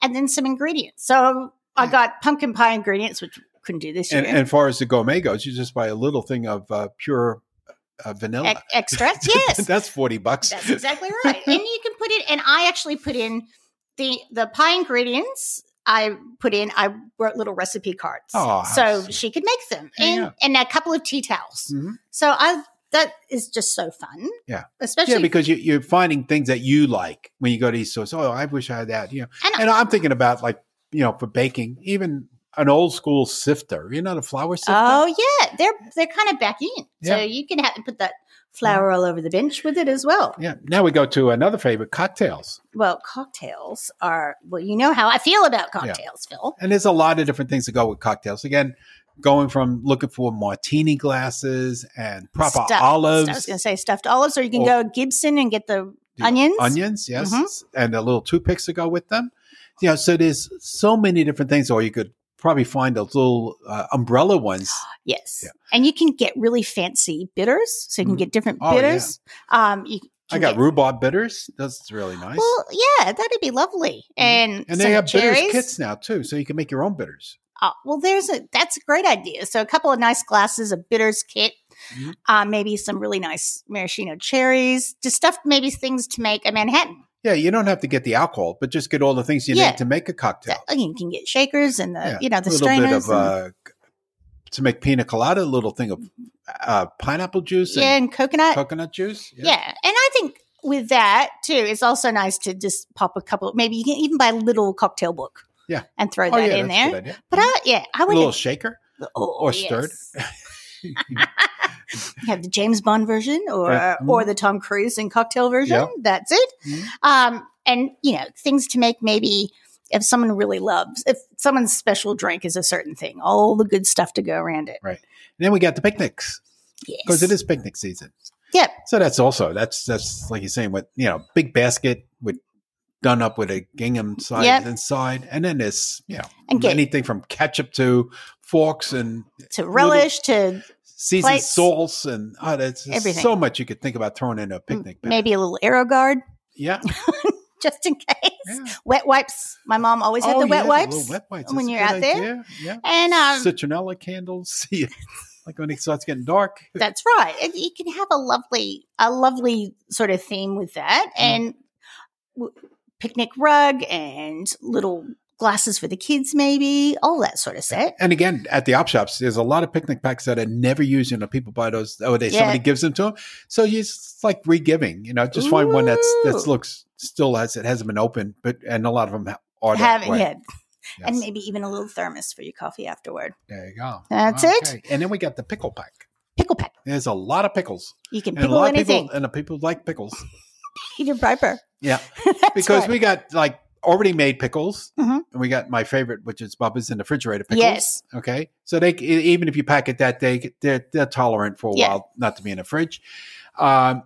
S2: And then some ingredients. So I got pumpkin pie ingredients, which couldn't do this
S1: And,
S2: year.
S1: and far as the gourmet goes, you just buy a little thing of uh, pure uh, vanilla.
S2: Ex-
S1: *laughs*
S2: extracts, yes.
S1: That's 40 bucks. *laughs*
S2: That's exactly right. and you can put it. And I actually put in the the pie ingredients. I put in. I wrote little recipe cards,
S1: Oh, how
S2: so
S1: sweet.
S2: she could make them,
S1: Yeah,
S2: and
S1: yeah.
S2: and a couple of tea towels.
S1: Mhm.
S2: So I that is just so fun.
S1: Yeah.
S2: especially
S1: Yeah, because you, you're finding things that you like when you go to these stores. Oh, I wish I had that. You know,
S2: And-
S1: and, I'm thinking about like you know for baking, even an old school sifter. You know, the flour sifter.
S2: oh yeah, they're they're kind of back in, so
S1: Yeah. Mm-hmm.
S2: you can have put that flour all over the bench with it as well.
S1: Yeah. Now we go to another favorite, cocktails.
S2: Well, cocktails are well, you know how I feel about cocktails, Phil.
S1: And there's a lot of different things that go with cocktails. Again, going from looking for martini glasses and proper
S2: Stuff-
S1: olives.
S2: I was going to say stuffed olives, or you can
S1: Or-
S2: go Gibson and get the
S1: The
S2: onions.
S1: onions, yes,
S2: Mhm.
S1: and the little toothpicks to go with them. You know, so there's so many different things, or you could probably find those little uh, umbrella
S2: *gasps*
S1: ones.
S2: Yes.
S1: Yeah.
S2: And you can get really fancy bitters. So you can
S1: Mhm.
S2: get different
S1: Oh, yeah.
S2: bitters. Um, you
S1: I
S2: can
S1: got
S2: get-
S1: rhubarb bitters. That's really nice.
S2: Well, yeah, that'd be lovely. And,
S1: Mm-hmm. and
S2: some
S1: they have
S2: cherries.
S1: bitters kits now too, so you can make your own bitters.
S2: Oh, well, there's a that's a great idea. So a couple of nice glasses of bitters kit,
S1: Mhm.
S2: uh, maybe some really nice maraschino cherries, just stuff maybe things to make a Manhattan.
S1: Yeah, you don't have to get the alcohol, but just get all the things you
S2: Yeah.
S1: need to make a cocktail.
S2: That- you can get shakers and the
S1: Yeah,
S2: you know
S1: a
S2: the
S1: little bit
S2: strainers.
S1: of
S2: and-
S1: uh, to make pina colada, a little thing of uh, pineapple juice
S2: yeah,
S1: and
S2: and coconut.
S1: coconut juice.
S2: Yeah. And I think with that too, it's also nice to just pop a couple, maybe you can even buy a little cocktail book.
S1: Yeah.
S2: And throw
S1: Oh
S2: that
S1: yeah,
S2: in
S1: that's a
S2: there.
S1: good idea.
S2: But I, yeah, I
S1: a
S2: would
S1: little shaker.
S2: oh,
S1: or stirred.
S2: *laughs*
S1: *laughs*
S2: You have the James Bond version or
S1: Yeah.
S2: uh, or the Tom Cruise and cocktail version.
S1: Yep.
S2: That's it.
S1: Mhm.
S2: Um, and you know, things to make maybe if someone really loves if someone's special drink is a certain thing, all the good stuff to go around it.
S1: then we got the picnics
S2: Yes.
S1: because it is picnic season.
S2: Yep.
S1: So that's also that's that's like you're saying with you know big basket with done up with a gingham side
S2: Yep.
S1: inside, and then there's you know
S2: and get
S1: anything from ketchup to forks and
S2: to relish to
S1: seasoned
S2: Plates.
S1: salts and oh, that's just
S2: Everything.
S1: so much you could think about throwing in a picnic. bag.
S2: maybe a little arrow guard
S1: yeah.
S2: just in *laughs* case.
S1: yeah.
S2: Wet wipes. My mom always had
S1: Oh,
S2: the
S1: yeah,
S2: wet wipes.
S1: little wet wipes. That's
S2: when
S1: a
S2: you're
S1: good
S2: out there.
S1: idea. yeah.
S2: And um,
S1: Citronella candles. *laughs* Yeah. like when it starts getting dark.
S2: That's right. And you can have a lovely, a lovely sort of theme with that,
S1: Mm.
S2: and w- picnic rug and little glasses for the kids, maybe all that sort of set.
S1: And again, at the op shops, there's a lot of picnic packs that are never used. You know, people buy those. Oh, they
S2: Yeah.
S1: somebody gives them to them. So you it's like re-giving. You know, just find one that's that
S2: Ooh.
S1: looks still has it hasn't been opened, but and a lot of them ha- are that
S2: Having
S1: way.
S2: it,
S1: Yes.
S2: and maybe even a little thermos for your coffee afterward.
S1: there you go.
S2: That's it.
S1: And then we got the pickle pack.
S2: Pickle pack.
S1: There's a lot of pickles,
S2: You
S1: and
S2: can
S1: a
S2: pickle
S1: lot of
S2: anything.
S1: people, and the people like pickles.
S2: Eat your piper.
S1: Yeah.
S2: *laughs* That's
S1: because
S2: right.
S1: we got like already made pickles,
S2: Mhm.
S1: and we got my favorite, which is Bubba's in the refrigerator pickles.
S2: Yes.
S1: Okay. So they e- even if you pack it that day, they're, they're tolerant for a
S2: Yeah.
S1: while not to be in the fridge. Um,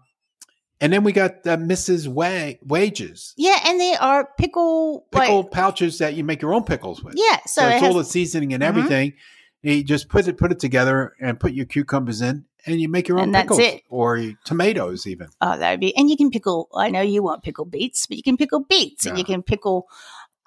S1: and then we got uh, Mrs. Wa- Wages
S2: Yeah, and they are pickle.
S1: pickle
S2: like,
S1: pouches that you make your own pickles with.
S2: yeah. So,
S1: So,
S2: it
S1: it's
S2: has,
S1: all the seasoning and
S2: Mhm.
S1: everything. You just put it put it together and put your cucumbers in, and you make your own
S2: And that's
S1: pickles
S2: it.
S1: or your tomatoes even.
S2: Oh, that would be, and you can pickle. I know you want pickle beets, but you can pickle beets and you
S1: Yeah.
S2: can pickle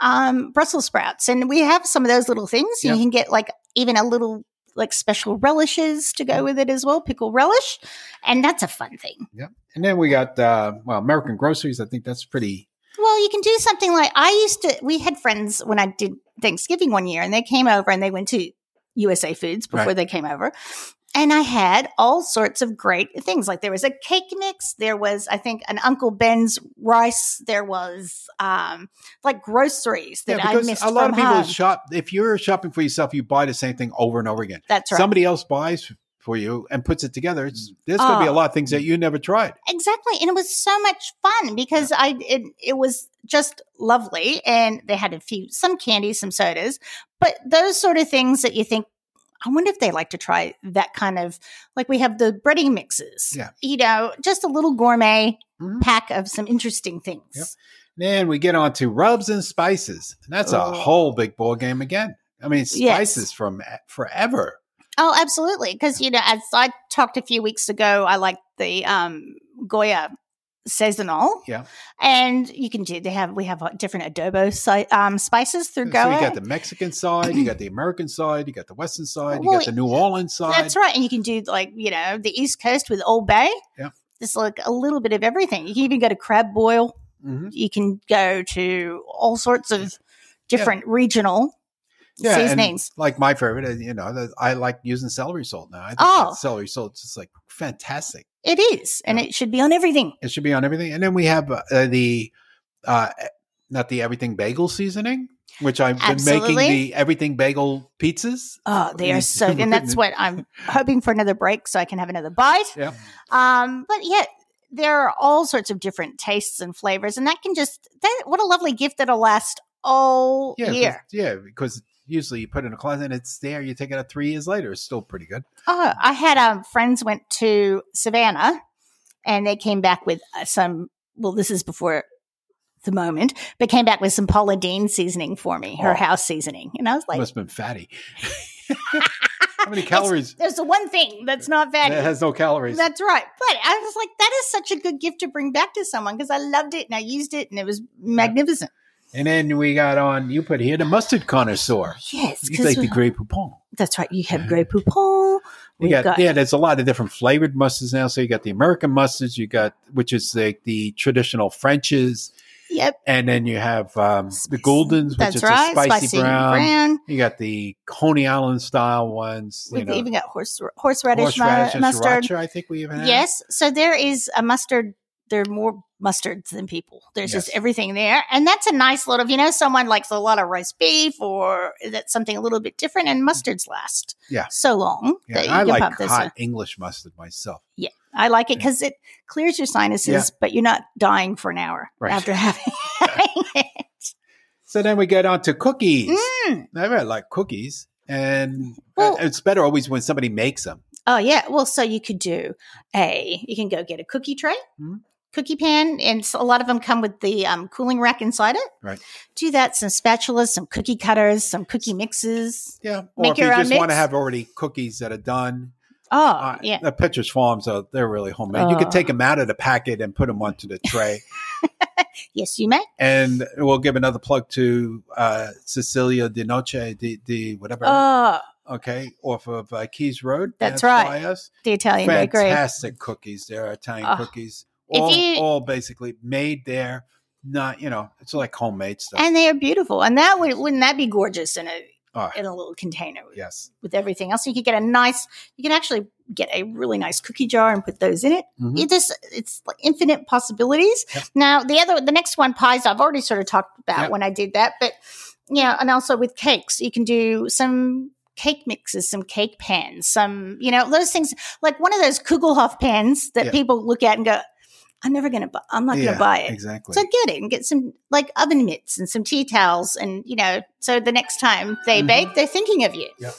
S2: um, Brussels sprouts. And we have some of those little things.
S1: Yeah.
S2: You can get like even a little like special relishes to
S1: Mm.
S2: go with it as well, pickle relish. And that's a fun thing.
S1: And then we got uh, well American groceries. I think that's pretty.
S2: Well, you can do something like I used to, we had friends when I did Thanksgiving one year and they came over and they went to USA Foods before
S1: Right.
S2: they came over. And I had all sorts of great things. Like there was a cake mix. There was, I think, an Uncle Ben's rice. There was um, like groceries that I missed
S1: a lot
S2: from
S1: of people
S2: home.
S1: shop. If you're shopping for yourself, you buy the same thing over and over again.
S2: That's right.
S1: Somebody else buys for you and puts it together. It's, there's going to be a
S2: Oh.
S1: lot of things that you never tried.
S2: exactly. And it was so much fun because I it, it was just lovely. And they had a few, some candy, some sodas, but those sort of things that you think. I wonder if they like to try that kind of like we have the breading mixes.
S1: Yeah.
S2: You know, just a little gourmet
S1: Mhm.
S2: pack of some interesting things.
S1: Yep. Then we get on to rubs and spices, and that's a
S2: Oh.
S1: whole big ball game again. I mean,
S2: Yes.
S1: spices from e, forever.
S2: Oh, absolutely. Because you know, as I talked a few weeks ago, I like the um, Goya saisonal.
S1: Yeah.
S2: and you can do. They have we have uh, different adobo si- um, spices through
S1: So
S2: Goya.
S1: you got the Mexican side, you got
S2: *clears throat*
S1: the American side, you got the Western side, you
S2: Well,
S1: got the New Orleans side.
S2: That's right, and you can do like you know the East Coast with Old Bay.
S1: Yeah.
S2: Just like a little bit of everything. You can even go to crab boil.
S1: Mhm.
S2: You can go to all sorts of different regional
S1: Yeah, and
S2: seasonings.
S1: Like my favorite, uh, you know, that- I like using celery salt now. I think
S2: Oh.
S1: that celery salt's just like fantastic.
S2: It is, and it should be on everything.
S1: It should be on everything. And then we have uh, the uh, not the everything bagel seasoning, which I've been
S2: Absolutely.
S1: making the everything bagel pizzas.
S2: Oh, they are
S1: Mm.
S2: so, and that's what I'm hoping for another break so I can have another bite.
S1: Yeah.
S2: Um, but yeah, there are all sorts of different tastes and flavors, and that can just that what a lovely gift that'll last all
S1: Yeah. 'cause-
S2: year.
S1: Yeah. Because usually you put it in a closet and it's there. You take it out three years later. It's still pretty good.
S2: Oh, I had um friends went to Savannah, and they came back with uh, some. Well, this is before the moment, but came back with some Paula Dean seasoning for me, her
S1: Oh.
S2: house seasoning, and I was like,
S1: Must have been
S2: *laughs*
S1: fatty. How many calories?
S2: "There's the one thing that's not
S1: It
S2: fatty."
S1: has no calories.
S2: That's right. But I was like, that is such a good gift to bring back to someone because I loved it and I used it and it was magnificent.
S1: and then we got on, you put here the mustard connoisseur.
S2: Yes,
S1: You take
S2: because
S1: the Grey Poupon.
S2: that's right. You have Grey Poupon.
S1: You
S2: We've
S1: got,
S2: got-
S1: yeah, there's a lot of different flavored mustards now. So you got the American mustards, you got which is like the traditional Frenches,
S2: Yep,
S1: and then you have um, the
S2: Spicy.
S1: Goldens, which
S2: that's
S1: is
S2: right.
S1: a spicy, brown.
S2: brown.
S1: You got the Coney Island style ones. you
S2: We've
S1: know,
S2: even got horse horseradish, mu-
S1: horseradish and
S2: mustard.
S1: sriracha. I think we even have.
S2: Yes, so there is a mustard there are more mustards than people. There's just
S1: Yes.
S2: everything there. And that's a nice little, you know, someone likes a lot of roast beef or that's something a little bit different. And mustards last
S1: Mm-hmm. Yeah.
S2: so long.
S1: Yeah,
S2: that you
S1: I
S2: can
S1: like
S2: pop this in.
S1: hot English mustard myself.
S2: I like it because it clears your sinuses,
S1: Yeah.
S2: but you're not dying for an hour
S1: Right.
S2: after *laughs* having it.
S1: So then we get on to cookies.
S2: Mm.
S1: I really like cookies, and
S2: Well-
S1: uh, it's better always when somebody makes them.
S2: Oh yeah. Well, so you could do a. You can go get a cookie tray,
S1: Mhm.
S2: cookie pan, and s- a lot of them come with the um, cooling rack inside it.
S1: Right.
S2: Do that. Some spatulas, some cookie cutters, some cookie mixes.
S1: Yeah, or
S2: Make
S1: if you
S2: your own
S1: just want to
S2: mix.
S1: have already cookies that are done.
S2: Oh
S1: uh,
S2: yeah.
S1: the Pitcher's Farm, so they're really homemade. you
S2: Oh.
S1: could take them out of the packet and put them onto the tray.
S2: Yes, you may.
S1: and we'll give another plug to uh, Cecilia Di Noche, the the whatever.
S2: Oh,
S1: okay, off of uh, Keys Road.
S2: That's
S1: down by us.
S2: the Italian bakery.
S1: Fantastic cookies. They're Italian
S2: Oh.
S1: cookies.
S2: If
S1: All,
S2: you-
S1: all basically made there. Not you know, it's like homemade stuff.
S2: And they are beautiful. And that would wouldn't that be gorgeous in a
S1: Oh.
S2: in a little container with
S1: yes,
S2: with everything else. You could get a nice, you can actually get a really nice cookie jar and put those in it.
S1: Mhm.
S2: It just, it's like infinite possibilities.
S1: Yep.
S2: Now, the other, the next one, pies, I've already sort of talked about
S1: Yep.
S2: when I did that, but yeah, and also with cakes, you can do some cake mixes, some cake pans, some, you know, those things like one of those Kugelhoff pans that
S1: Yeah.
S2: people look at and go, I'm never going to buy, I'm not going
S1: Yeah,
S2: to buy it.
S1: exactly.
S2: So get it and get some like oven mitts and some tea towels, and you know, so the next time they
S1: Mhm.
S2: bake, they're thinking of you.
S1: Yep.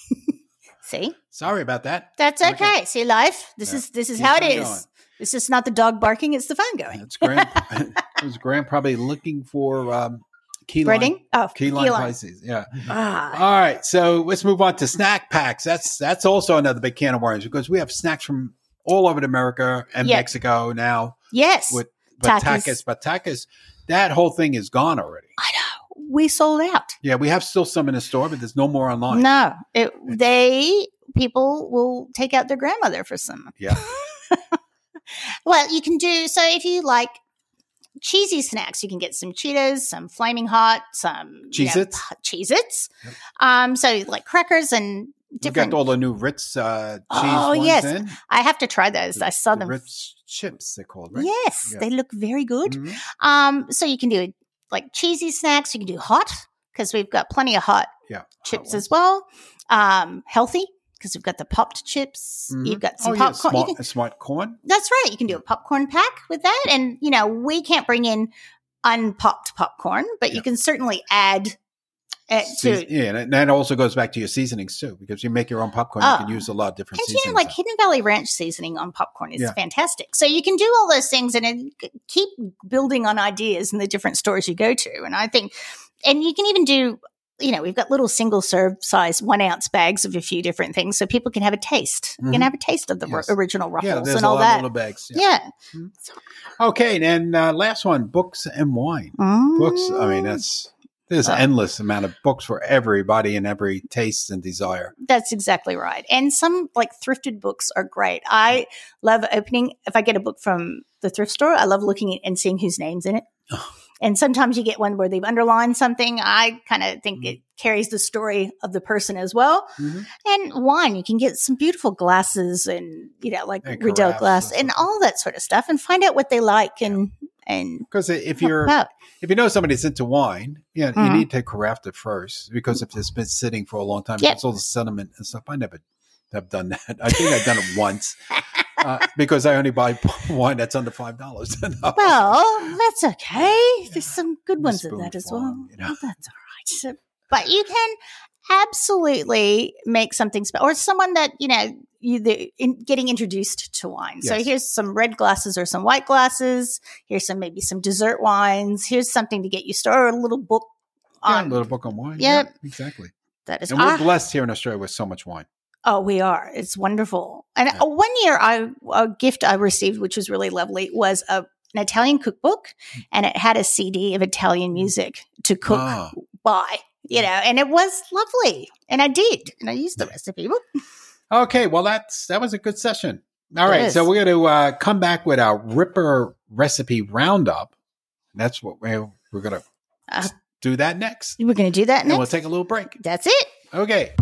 S2: *laughs* See,
S1: Sorry about that.
S2: that's okay.
S1: Okay.
S2: See, life. This
S1: Yeah.
S2: is this is
S1: Keep
S2: how it
S1: on
S2: is.
S1: going.
S2: This is not the dog barking; it's the phone going.
S1: That's Graham.
S2: *laughs*
S1: *laughs* it was Graham probably looking for um, key lime,
S2: Breading. Oh,
S1: key lime
S2: key lime.
S1: Pisces. Yeah.
S2: Ah,
S1: All right, so let's move on to snack packs. That's that's also another big can of worms because we have snacks from all over America and
S2: Yeah.
S1: Mexico now.
S2: yes.
S1: With- But
S2: Takis.
S1: tacos, but tacos, that whole thing is gone already.
S2: we sold out.
S1: Yeah, we have still some in the store, but there's no more online.
S2: No, it, they people will take out their grandmother for some.
S1: Yeah.
S2: *laughs* well, you can do so if you like cheesy snacks. You can get some Cheetos, some Flaming Hot, some you know,
S1: Cheez-Its?
S2: pu- Cheez-Its.
S1: Yep.
S2: Um, so like crackers and
S1: we
S2: different.
S1: got all the new Ritz uh, cheese
S2: Oh,
S1: ones
S2: yes.
S1: in.
S2: I have to try those. I saw
S1: the
S2: them.
S1: Ritz chips, they're called, right?
S2: Yes,
S1: Yeah.
S2: they look very good.
S1: Mhm.
S2: Um, so you can do like cheesy snacks. You can do hot because we've got plenty of hot
S1: Yeah,
S2: chips
S1: ones.
S2: as well. Um, healthy because we've got the popped chips.
S1: Mhm.
S2: You've got
S1: Oh,
S2: some
S1: yeah,
S2: popcorn. you
S1: smart,
S2: can-
S1: smart corn.
S2: that's right. You can do a popcorn pack with that, and you know we can't bring in unpopped popcorn, but you
S1: Yeah.
S2: can certainly add uh, to.
S1: Seas- yeah, and it- that also goes back to your seasonings too, because you make your own popcorn.
S2: Oh.
S1: You can use a lot of different
S2: And you
S1: seasonings.
S2: know, like
S1: on it.
S2: Hidden Valley Ranch seasoning on popcorn is
S1: Yeah.
S2: fantastic. So you can do all those things and then c- keep building on ideas in the different stores you go to. And I think, and you can even do, you know, we've got little single serve size one ounce bags of a few different things, so people can have a taste. You can
S1: Mhm.
S2: have a taste of the ro-
S1: Yes.
S2: original
S1: yeah,
S2: ruffles
S1: there's
S2: and
S1: a
S2: all
S1: lot
S2: that.
S1: of little bags. yeah.
S2: yeah.
S1: Okay, and uh, last one: books and wine. Books. I mean,
S2: Mm.
S1: that's there's
S2: Uh.
S1: an endless amount of books for everybody and every taste and desire.
S2: That's exactly right. And some like thrifted books are great.
S1: Mm.
S2: I love opening if I get a book from the thrift store, I love looking at and seeing whose name's in it. And sometimes you get one where they've underlined something. I kind of think
S1: Mhm.
S2: it carries the story of the person as well.
S1: Mhm.
S2: And wine, you can get some beautiful glasses and you know like
S1: And
S2: Rideau
S1: carafes
S2: glass
S1: and
S2: and
S1: stuff.
S2: all that sort of stuff, and find out what they like and and
S1: Because if
S2: help
S1: you're
S2: out.
S1: if you know somebody's into wine, yeah,
S2: Mhm.
S1: you need to carafe it first. Because if it's been sitting for a long time,
S2: Yep.
S1: it's all the sediment and stuff. I never have done that. I think I've done it once
S2: *laughs*
S1: uh, because I only buy *laughs* wine that's under five dollars. *laughs*
S2: Well, that's okay. There's some good
S1: Miss
S2: ones in that
S1: Spoon
S2: as well.
S1: Farm, you know.
S2: Well, That's all right. So- but you can absolutely make something special, or someone that you know you the, in, getting introduced to wine. So
S1: Yes.
S2: here's some red glasses or some white glasses. Here's some maybe some dessert wines. Here's something to get you started. Or a little book
S1: yeah, a
S2: on
S1: little book on wine.
S2: um, Yep.
S1: Yeah, exactly.
S2: that is.
S1: And we're
S2: Ah,
S1: blessed here in Australia with so much wine.
S2: Oh, we are. It's wonderful. And
S1: Yeah.
S2: uh one year, I a gift I received, which was really lovely, was a, an Italian cookbook,
S1: Mm.
S2: and it had a CD of Italian music to cook
S1: Ah.
S2: by. You know, and it was lovely, and I did, and I used the recipe. Whoop.
S1: Okay, well that's that was a good session. All
S2: It
S1: right, so
S2: is.
S1: we're going to uh, come back with our Ripper recipe roundup. That's what we're we're going to
S2: Uh,
S1: do that next,
S2: We're going to do that
S1: and
S2: next.
S1: we'll take a little break.
S2: That's it.
S1: Okay.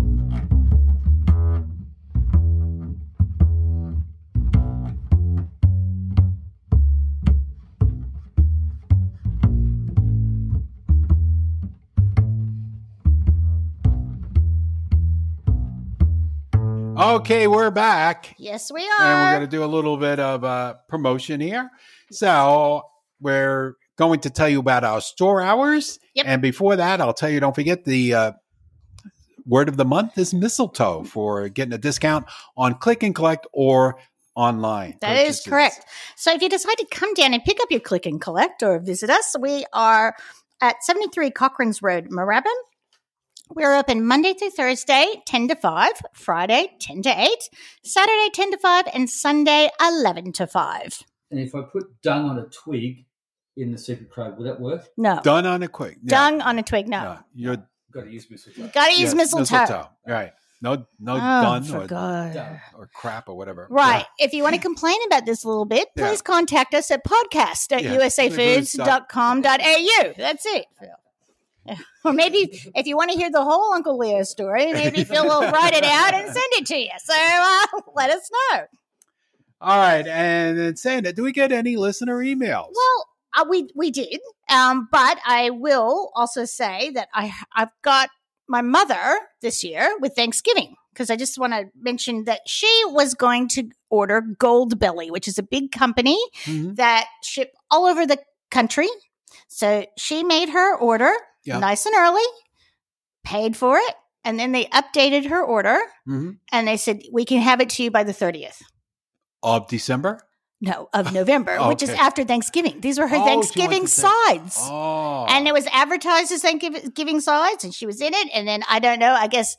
S1: Okay, we're back.
S2: Yes, we
S1: And we're
S2: are.
S1: going to do a little bit of uh, promotion here. So, we're going to tell you about our store hours.
S2: Yep.
S1: And before that, I'll tell you don't forget the uh, word of the month is mistletoe for getting a discount on click and collect or online.
S2: That is
S1: purchases.
S2: correct. So if you decide to come down and pick up your click and collect or visit us, we are at 73 Cochrane's Road, Moorabbin. We're open Monday through Thursday, 10 to 5, Friday, 10 to 8, Saturday, 10 to 5, and Sunday, 11 to 5.
S3: And if I put dung on a twig in the secret code, will that work?
S2: No.
S1: Done on a quick. No,
S2: Dung on a twig. No.
S1: no, you're
S3: Got to use mistletoe.
S2: You got to use
S1: yeah,
S2: mistletoe.
S1: Right. No, no
S2: Oh,
S1: done
S2: for
S1: or,
S2: God.
S3: Dung.
S1: or crap or whatever.
S2: Right. If you want to complain about this a little bit,
S1: Yeah.
S2: please contact us at podcast at
S1: Yeah.
S2: usafoods.com.au. That's it. Phil. *laughs* Or maybe if you want to hear the whole Uncle Leo story, maybe
S1: *laughs*
S2: Phil will write it out and send it to you. So uh, let us know.
S1: All right, and then saying that, do we get any listener emails?
S2: Well, uh, we we did, um, but I will also say that I I've got my mother this year with Thanksgiving because I just want to mention that she was going to order Gold Belly, which is a big company
S1: Mhm.
S2: that ship all over the country. So she made her order
S1: Yeah.
S2: nice and early, paid for it, and then they updated her order
S1: Mhm.
S2: and they said we can have it to you by the thirtieth.
S1: of December.
S2: No,
S1: *laughs*
S2: of November, which is
S1: Oh, Okay.
S2: after Thanksgiving. These were her
S1: Oh, she went
S2: Thanksgiving
S1: to
S2: sides.
S1: Oh,
S2: And it was advertised as Thanksgiving sides, and she was in it. And then I don't know, I guess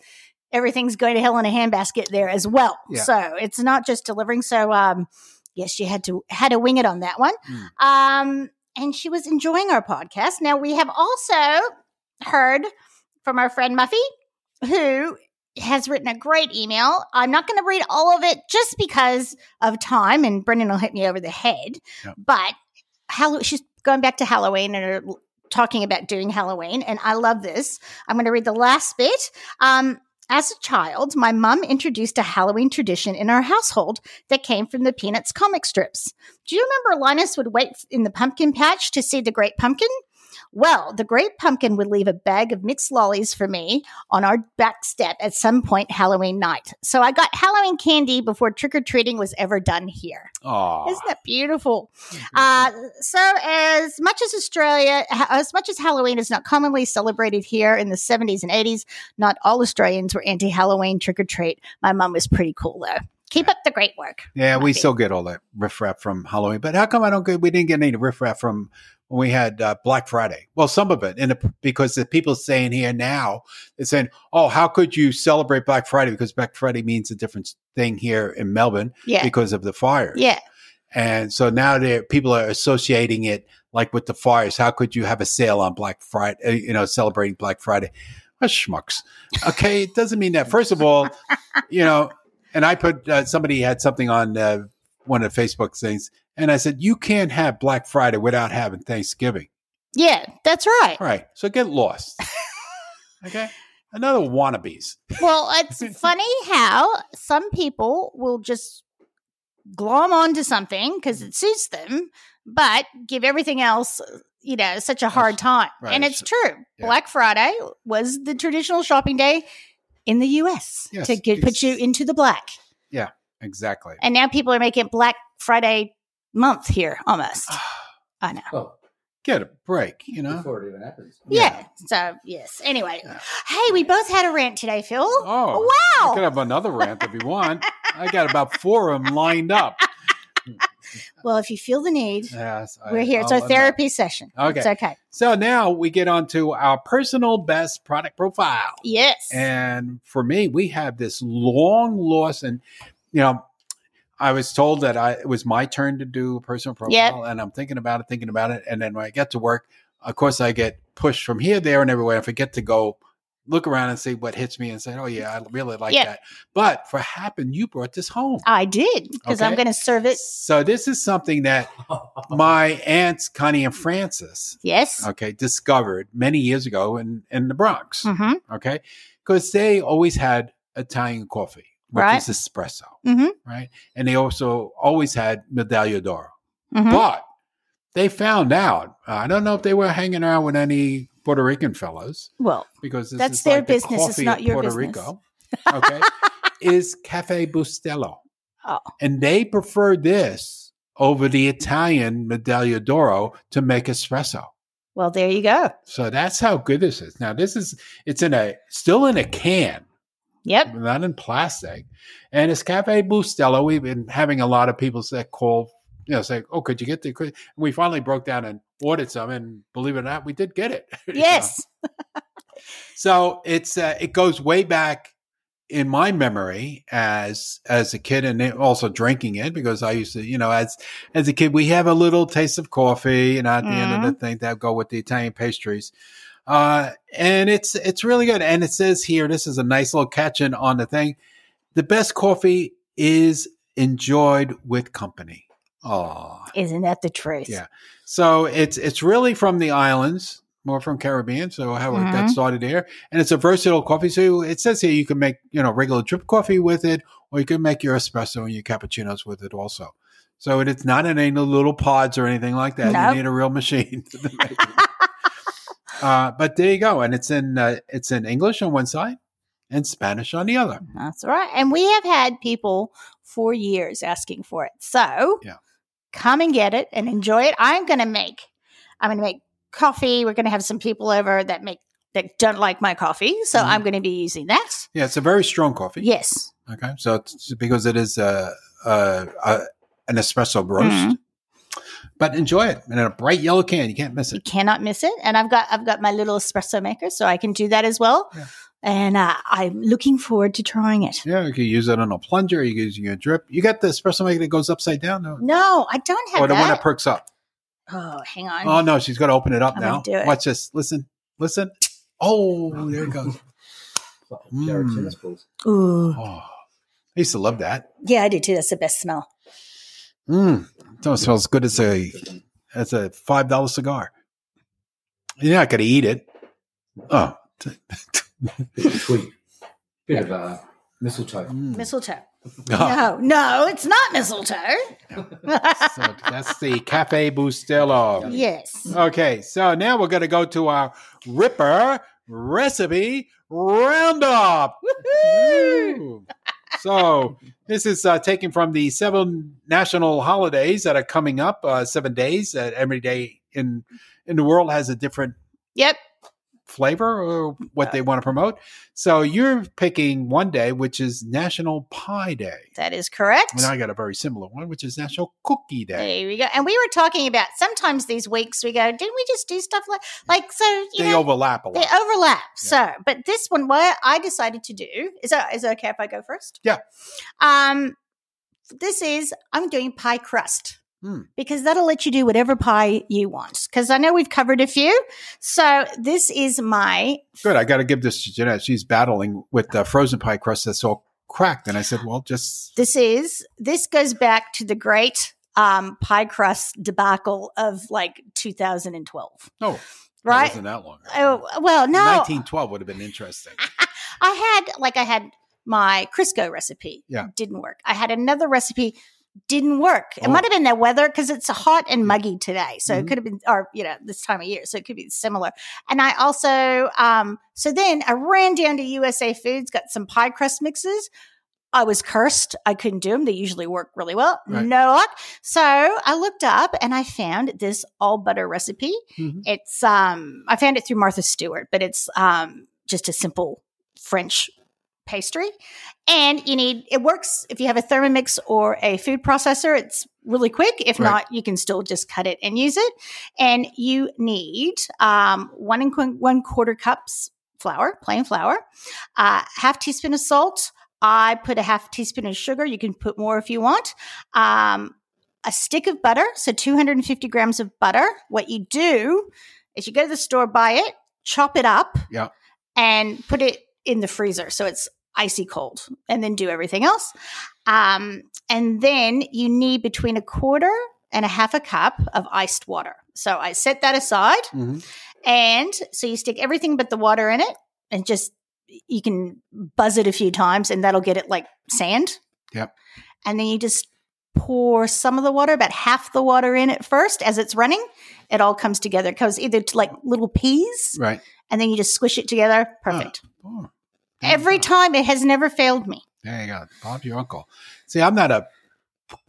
S2: everything's going to hell in a handbasket there as well.
S1: Yeah.
S2: So it's not just delivering. So um yes, she had to had to wing it on that one.
S1: Mm.
S2: Um and she was enjoying our podcast. Now we have also heard from our friend Muffy, who has written a great email. I'm not going to read all of it just because of time, and Brendan will hit me over the head.
S1: Yeah.
S2: But Hall- she's going back to Halloween and are l- talking about doing Halloween, and I love this. I'm going to read the last bit. Um, as a child, my mum introduced a Halloween tradition in our household that came from the Peanuts comic strips. Do you remember Linus would wait in the pumpkin patch to see the great pumpkin? Well, the great pumpkin would leave a bag of mixed lollies for me on our back step at some point Halloween night. So I got Halloween candy before trick or treating was ever done here.
S1: Aw.
S2: Isn't that beautiful? Uh, so, as much as Australia, ha- as much as Halloween is not commonly celebrated here in the 70s and 80s, not all Australians were anti Halloween trick or treat. My mum was pretty cool, though. Keep up the great work.
S1: yeah, we
S2: Muffy.
S1: still get all that riffraff from Halloween, but how come I don't get? We didn't get any riffraff from when we had uh, Black Friday. Well, some of it, and the, because the people saying here now, they're saying, "Oh, how could you celebrate Black Friday?" Because Black Friday means a different thing here in Melbourne
S2: Yeah.
S1: because of the fire.
S2: Yeah.
S1: And so now they people are associating it like with the fires. How could you have a sale on Black Friday, uh, you know, celebrating Black Friday? Ah, schmucks. Okay. It doesn't mean that. First of all, you know, and I put uh, somebody had something on uh, one of the Facebook things, and I said, you can't have Black Friday without having Thanksgiving.
S2: Yeah, that's right.
S1: All right. So get lost. okay. Another wannabes.
S2: Well,
S1: *laughs*
S2: it's funny how some people will just glom onto something because
S1: Mm.
S2: it suits them, but give everything else, uh, you know, such a hard time.
S1: right,
S2: And it's true.
S1: yeah.
S2: Black Friday was the traditional shopping day in the US
S1: Yes,
S2: to get, put
S1: it's-
S2: you into the black.
S1: Exactly.
S2: And now people are making it Black Friday month here almost.
S1: Ah,
S3: Well,
S1: Get a break, you know?
S3: before it even happens. *laughs*
S2: Yeah. So, yes. Anyway,
S1: Yeah.
S2: hey, we both had a rant today, Phil.
S1: Oh. I could
S2: wow.
S1: have another rant if you want. I got about four of them lined up.
S2: Well, if you feel the need,
S1: Yes, I-
S2: We're here. It's
S1: I'll
S2: our
S1: admit.
S2: therapy session.
S1: Okay.
S2: It's okay.
S1: So now we get on to our personal best product profile.
S2: Yes.
S1: And for me, we have this long loss. And, you know, I was told that I, it was my turn to do a personal profile.
S2: Yep.
S1: And I'm thinking about it, thinking about it. And then when I get to work, of course, I get pushed from here, there, and everywhere. I forget to go look around and see what hits me and say, oh, yeah, I really like
S2: Yeah.
S1: that. But for Happen, you brought this home.
S2: I did because I'm
S1: Okay.
S2: going to serve it.
S1: So this is something that my aunts Connie and Francis,
S2: Yes.
S1: okay, discovered many years ago in in the Bronx,
S2: Mm-hmm.
S1: okay, because they always had Italian coffee, which
S2: Right.
S1: is espresso,
S2: Mhm.
S1: right, and they also always had Medaglia d'Oro,
S2: Mhm.
S1: but they found out. I don't know if they were hanging around with any Puerto Rican fellows
S2: Well,
S1: because this
S2: That's
S1: is
S2: their
S1: like the
S2: business, it's
S1: coffee
S2: not
S1: of
S2: your
S1: Puerto
S2: *laughs* business.
S1: Rico, okay. is Cafe Bustelo.
S2: Oh.
S1: And they prefer this over the Italian Medaglia d'Oro to make espresso.
S2: Well, there you go.
S1: So that's how good this is. Now this is it's in a still in a can,
S2: Yep.
S1: not in plastic. And it's Cafe Bustelo. We've been having a lot of people say call, you know, say, "Oh, could you get the?" could-" And we finally broke down and ordered some, and believe it or not, we did get it. *laughs* You know?
S2: Yes.
S1: So it's uh, it goes way back in my memory as as a kid, and it- also drinking it because I used to, you know, as as a kid, we have a little taste of coffee, and at the end of the thing, that go with the Italian pastries. Uh, and it's it's really good. And it says here, this is a nice little catch in on the thing. The best coffee is enjoyed with company. Oh,
S2: Isn't that the truth?
S1: Yeah. so it's it's really from the islands, more from Caribbean. So how it got
S2: Mhm.
S1: started there, and it's a versatile coffee. So it says here you can make you know regular drip coffee with it, or you can make your espresso and your cappuccinos with it also. So it- it's not in any little pods or anything like that.
S2: Nope.
S1: You need a real machine. *laughs* To make it. uh, but there you go, and it's in uh, it's in English on one side and Spanish on the other.
S2: That's right. And we have had people for years asking for it. So
S1: Yeah.
S2: come and get it and enjoy it. I'm going to make, I'm going to make coffee. We're going to have some people over that make, that don't like my coffee. So
S1: Mhm.
S2: I'm going to be using that.
S1: Yeah, it's a very strong coffee.
S2: Yes.
S1: Okay, so it's because it is uh uh uh an espresso roast,
S2: Mhm.
S1: but enjoy it and in a bright yellow can. You can't miss
S2: You
S1: it.
S2: cannot miss it. And I've got, I've got my little espresso maker so I can do that as well.
S1: Yeah.
S2: And uh, I'm looking forward to trying it.
S1: Yeah, you can use it on a plunger. You can use it on a drip. You got the espresso maker that goes upside down, no?
S2: No, I don't have
S1: or the one
S2: that.
S1: that perks up.
S2: oh, hang on.
S1: oh no, she's going to open it up
S2: I'm
S1: now.
S2: gonna do it.
S1: Watch this. Listen, listen. Oh, there it goes.
S3: Like Jared
S2: Hmm.
S1: Mm.
S3: tennis balls.
S2: Ooh.
S1: Oh, I used to love that.
S2: Yeah, I do too. That's the best smell.
S1: Mm. Don't smell as good as a as a five dollar cigar. You're not going to eat it. Oh,
S3: Bit of tweak. Bit of uh, mistletoe.
S1: mm.
S2: Mistletoe.
S1: Oh.
S2: No, no, it's not mistletoe.
S1: so that's the Cafe Bustelo.
S2: *laughs* yes.
S1: Okay, so now we're going to go to our Ripper recipe roundup. Woo. So this is uh, taken from the seven national holidays that are coming up. Uh, seven days that every day in in the world has a different
S2: Yep.
S1: flavor or what they want to promote. So you're picking one day, which is National Pie Day,
S2: That is correct.
S1: and I got a very similar one, which is National Cookie Day.
S2: There we go. And we were talking about sometimes these weeks we go, didn't we just do stuff like like so you
S1: They
S2: know
S1: overlap a lot.
S2: they overlap. So but this one what I decided to do is that is it okay if I go first?
S1: Yeah.
S2: Um this is I'm doing pie crust.
S1: Hmm.
S2: Because that'll let you do whatever pie you want. Because I know we've covered a few. So this is my
S1: Good. I got to give this to Jeanette. She's battling with the frozen pie crust that's all cracked. And I said, well, just
S2: this is this goes back to the great um, pie crust debacle of like 2012
S1: no, It
S2: right
S1: Oh, wasn't that long. ago.
S2: oh well no
S1: 1912 would have been interesting.
S2: i had like i had my crisco recipe
S1: Yeah.
S2: didn't work i had another recipe didn't work it
S1: Oh.
S2: might have been the weather because it's hot and muggy today so
S1: Mhm.
S2: it could have been or you know this time of year so it could be similar and i also um so then i ran down to usa foods got some pie crust mixes I was cursed. I couldn't do them. They usually work really well.
S1: Right.
S2: No luck. So I looked up and I found this all butter recipe.
S1: Mhm.
S2: It's um I found it through Martha Stewart, but it's um just a simple French pastry. And you need it works if you have a Thermomix or a food processor. It's really quick. If
S1: Right.
S2: not, you can still just cut it and use it. And you need um one and qu- one quarter cups flour, plain flour, uh, half teaspoon of salt. I put a half teaspoon of sugar. You can put more if you want. Um, a stick of butter, so 250 grams of butter. What you do is you go to the store, buy it, chop it up,
S1: Yeah.
S2: and put it in the freezer so it's icy cold, and then do everything else. Um, and then you need between a quarter and a half a cup of iced water. So I set that aside.
S1: Mhm.
S2: And so you stick everything but the water in it and just you can buzz it a few times and that'll get it like sand.
S1: Yep.
S2: And then you just pour some of the water, about half the water in it first as it's running. It all comes together. It goes either to like little peas
S1: Right.
S2: and then you just squish it together. Perfect.
S1: Oh.
S2: Every time it has never failed me.
S1: There you go. Bob's your uncle. See, I'm not a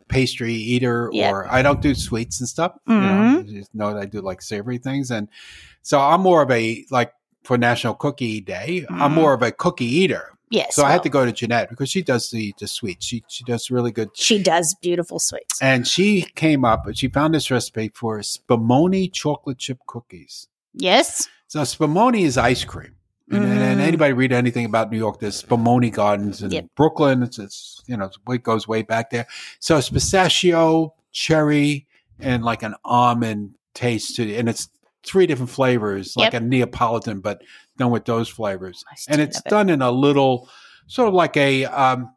S1: pastry eater
S2: Yeah. Mm-hmm.
S1: or I don't do sweets and stuff. You know, You just know that I do like savory things. And so I'm more of a, like for National Cookie Day, I'm
S2: Mhm.
S1: more of a cookie eater.
S2: Yes.
S1: So I had
S2: well,
S1: to go to Jeanette because she does the, the sweets. She, she does really good.
S2: She does beautiful sweets.
S1: And she came up and she found this recipe for spumoni chocolate chip cookies.
S2: Yes.
S1: So spumoni is ice cream. And, and- and
S2: Mm.
S1: anybody read anything about New York? There's Spumoni Gardens in
S2: Yep.
S1: Brooklyn. It's, it's you know it goes way back there. So it's pistachio, cherry, and like an almond taste to it. And it's three different flavors, like
S2: Yep.
S1: a Neapolitan, but done with those flavors.
S2: I still
S1: And it's
S2: love it.
S1: done in a little sort of like a um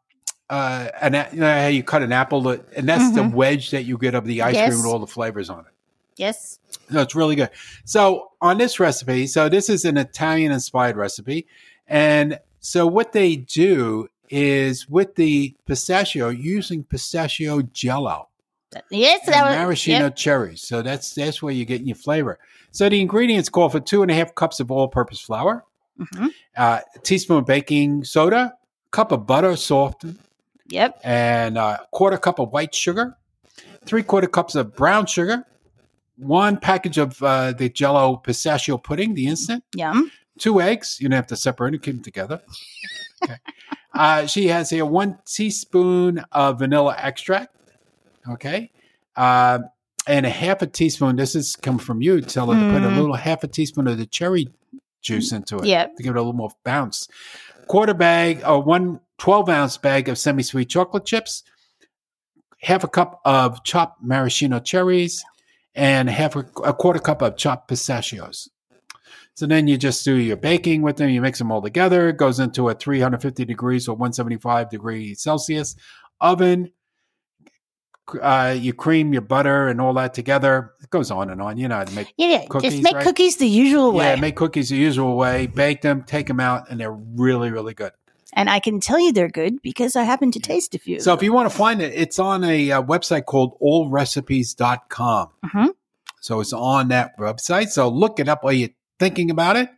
S1: uh an a- you know how you cut an apple, to- and that's the wedge that you get of the ice
S2: Mm-hmm. Yes.
S1: cream with all the flavors on it.
S2: Yes.
S1: No, it's really good. So on this recipe, so this is an Italian inspired recipe. And so what they do is with the pistachio, using pistachio jello
S2: Yes.
S1: and
S2: That was,
S1: maraschino
S2: yep.
S1: cherries. So that's that's where you're getting your flavor. So the ingredients call for two and a half cups of all purpose flour,
S2: Mhm.
S1: uh, a teaspoon of baking soda, cup of butter softened,
S2: Yep.
S1: and a quarter cup of white sugar, three quarter cups of brown sugar, one package of uh, the Jello pistachio pudding, the instant,
S2: Yum.
S1: two eggs. You don't have to separate them; keep them together. Okay. uh, she has here one teaspoon of vanilla extract. Okay. Uh, and a half a teaspoon. This is come from you. Tell her to put a
S2: Mm.
S1: little half a teaspoon of the cherry juice into it
S2: Yep.
S1: to give it a little more bounce. Quarter bag or one 12 ounce bag of semi sweet chocolate chips, half a cup of chopped maraschino cherries, and half a, a quarter cup of chopped pistachios. So then you just do your baking with them, you mix them all together. It goes into a 350 degrees or 175 degree Celsius oven. Uh, you cream your butter and all that together. It goes on and on. You know how to make
S2: Yeah. yeah.
S1: Cookies,
S2: Just make
S1: right?
S2: cookies the usual way.
S1: yeah, make cookies the usual way, bake them, take them out, and they're really, really good.
S2: and I can tell you they're good because I happen to taste a few.
S1: So if you want to find it, it's on a uh, website called allrecipes.com.
S2: Mhm.
S1: So it's on that website. So look it up while you're thinking about it,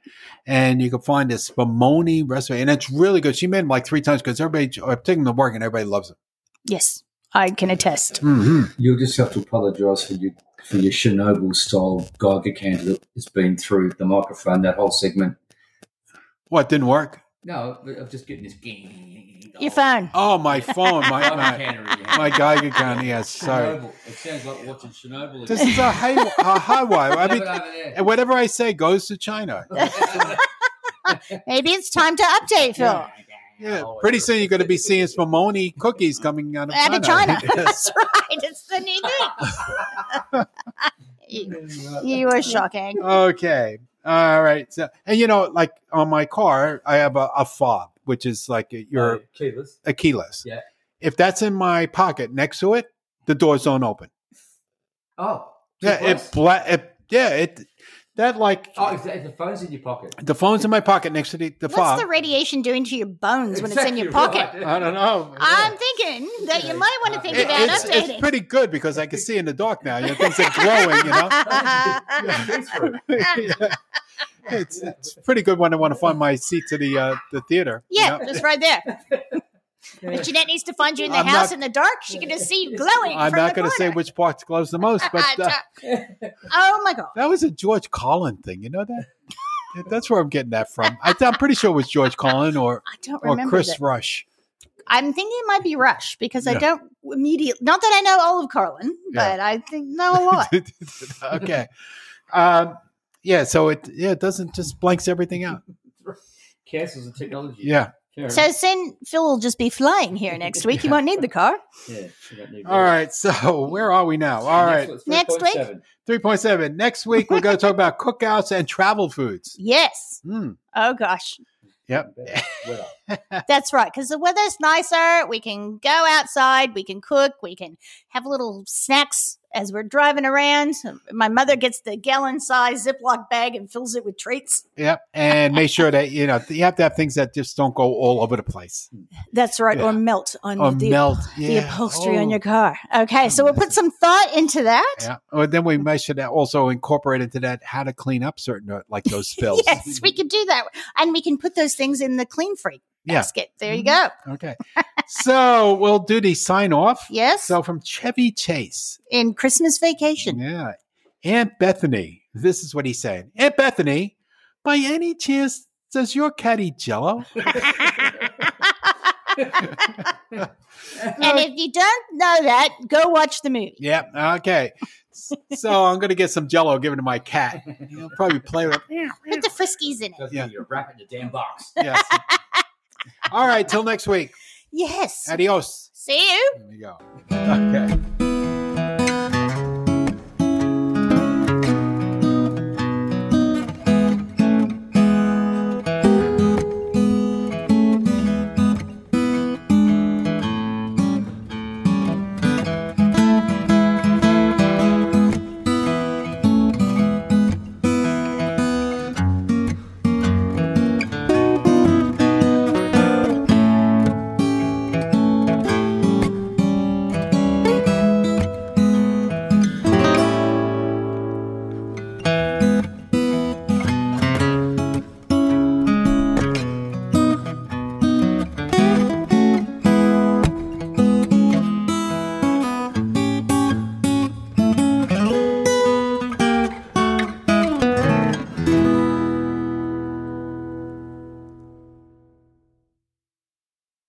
S1: and you can find this spumoni recipe. And it's really good. She made them like three times because everybody, I'm taking the work and everybody loves it.
S2: yes, I can attest.
S1: Mm-hmm.
S3: You'll just have to apologise for your for your Chernobyl style Geiger counter that has been through the microphone that whole segment.
S1: What, didn't work?
S3: No, I'm just getting this.
S2: Your phone.
S1: Oh, my phone.
S3: *laughs*
S1: My, my,
S3: counter.
S1: my Geiger counter. Yes,
S3: *laughs*
S1: sorry.
S3: It sounds like watching Chernobyl.
S1: This *laughs* is a high, a high wire. I
S3: *laughs*
S1: mean,
S3: mean,
S1: *laughs* and whatever I say goes to China.
S3: *laughs*
S2: Maybe it's time to update, Phil. *laughs*
S1: Yeah, pretty soon you're going to be seeing spumoni cookies coming out of
S2: Out
S1: China.
S2: of China.
S1: *laughs* Yes.
S2: That's right. It's the new thing.
S1: *laughs*
S2: you are shocking.
S1: okay. All right. So, and you know, like on my car, I have a, a fob, which is like your
S3: keyless.
S1: a keyless.
S3: Yeah.
S1: If that's in my pocket next to it, the doors don't open.
S3: Oh,
S1: Yeah. It bla- it yeah, it that like
S3: Oh, if the, if the phone's in your pocket.
S1: the phone's in my pocket next to the, the fob.
S2: What's the radiation doing to your bones when it's in your
S3: Exactly
S2: pocket?
S3: right.
S1: I don't know.
S2: I'm thinking that you might want to think
S1: It-
S2: about
S1: it's,
S2: updating.
S1: it's
S2: *laughs*
S1: pretty good because I can see in the dark now. You know, things are glowing, you know.
S3: Through.
S1: *laughs* it's, it's pretty good when I want to find my seat to the uh, the theater. you
S2: yeah, *laughs*
S1: know?
S2: just right there.
S1: *laughs*
S2: But Jeanette needs to find you in the
S1: I'm
S2: house
S1: not-
S2: in the dark. She can just see you glowing.
S1: I'm
S2: from
S1: not
S2: going to
S1: say which park's closed the
S2: *laughs*
S1: most, but uh,
S2: oh my god!
S1: that was a George Collin thing. You know that? That's where I'm getting that from. I, I'm pretty sure it was George Collin or
S2: *laughs* I don't
S1: or
S2: remember.
S1: Oh, Chris
S2: that.
S1: Rush.
S2: I'm thinking it might be Rush because I
S1: Yeah.
S2: don't immediately. Not that I know Olive Carlin,
S1: Yeah.
S2: but I think know a lot.
S1: *laughs* okay. Um, yeah. So it yeah it doesn't just blanks everything out.
S3: Cancels the technology.
S1: Yeah.
S3: Fair
S2: so
S3: enough.
S2: soon Phil will just be flying here next week. You won't need the car.
S3: Yeah, you don't need
S1: All
S3: that.
S1: right. So *laughs* where are we now? All right.
S2: Next week?
S3: 3.7.
S1: Three point seven. Next week we're going to talk about cookouts and travel foods.
S2: Yes.
S1: Mm,
S2: Oh gosh,
S1: yep.
S3: Weather.
S2: that's right. Because the weather's nicer. We can go outside. We can cook. We can have little snacks as we're driving around. My mother gets the gallon-sized Ziploc bag and fills it with treats.
S1: Yep. And make sure that, you know, you have to have things that just don't go all over the place
S2: That's right.
S1: Yeah.
S2: Or melt on
S1: or
S2: the
S1: melt.
S2: the
S1: Yeah.
S2: upholstery
S1: Oh.
S2: on your car. Okay, so we'll put some thought into that.
S1: Yeah. Well, then we might should also incorporate into that how
S2: *laughs*
S1: to clean up certain, uh, like those spills.
S2: Yes, we can do that, and we can put those things in the clean freak
S1: Yeah. Mm-hmm.
S2: basket. There you go.
S1: Okay. so we'll do the sign off.
S2: Yes.
S1: So from Chevy Chase.
S2: in Christmas vacation.
S1: Yeah. Aunt Bethany. This is what he's saying. Aunt Bethany, by any chance, does your cat eat jello?
S2: And if you don't know that, go watch the movie.
S1: yeah. Okay. so I'm going to get some jello given to my cat. He'll probably play with it.
S2: Put the friskies in it.
S1: Yeah.
S3: You're wrapping the damn box.
S1: Yes. All right. Till next week.
S2: Yes.
S1: Adios.
S2: See you.
S1: There we go. Okay.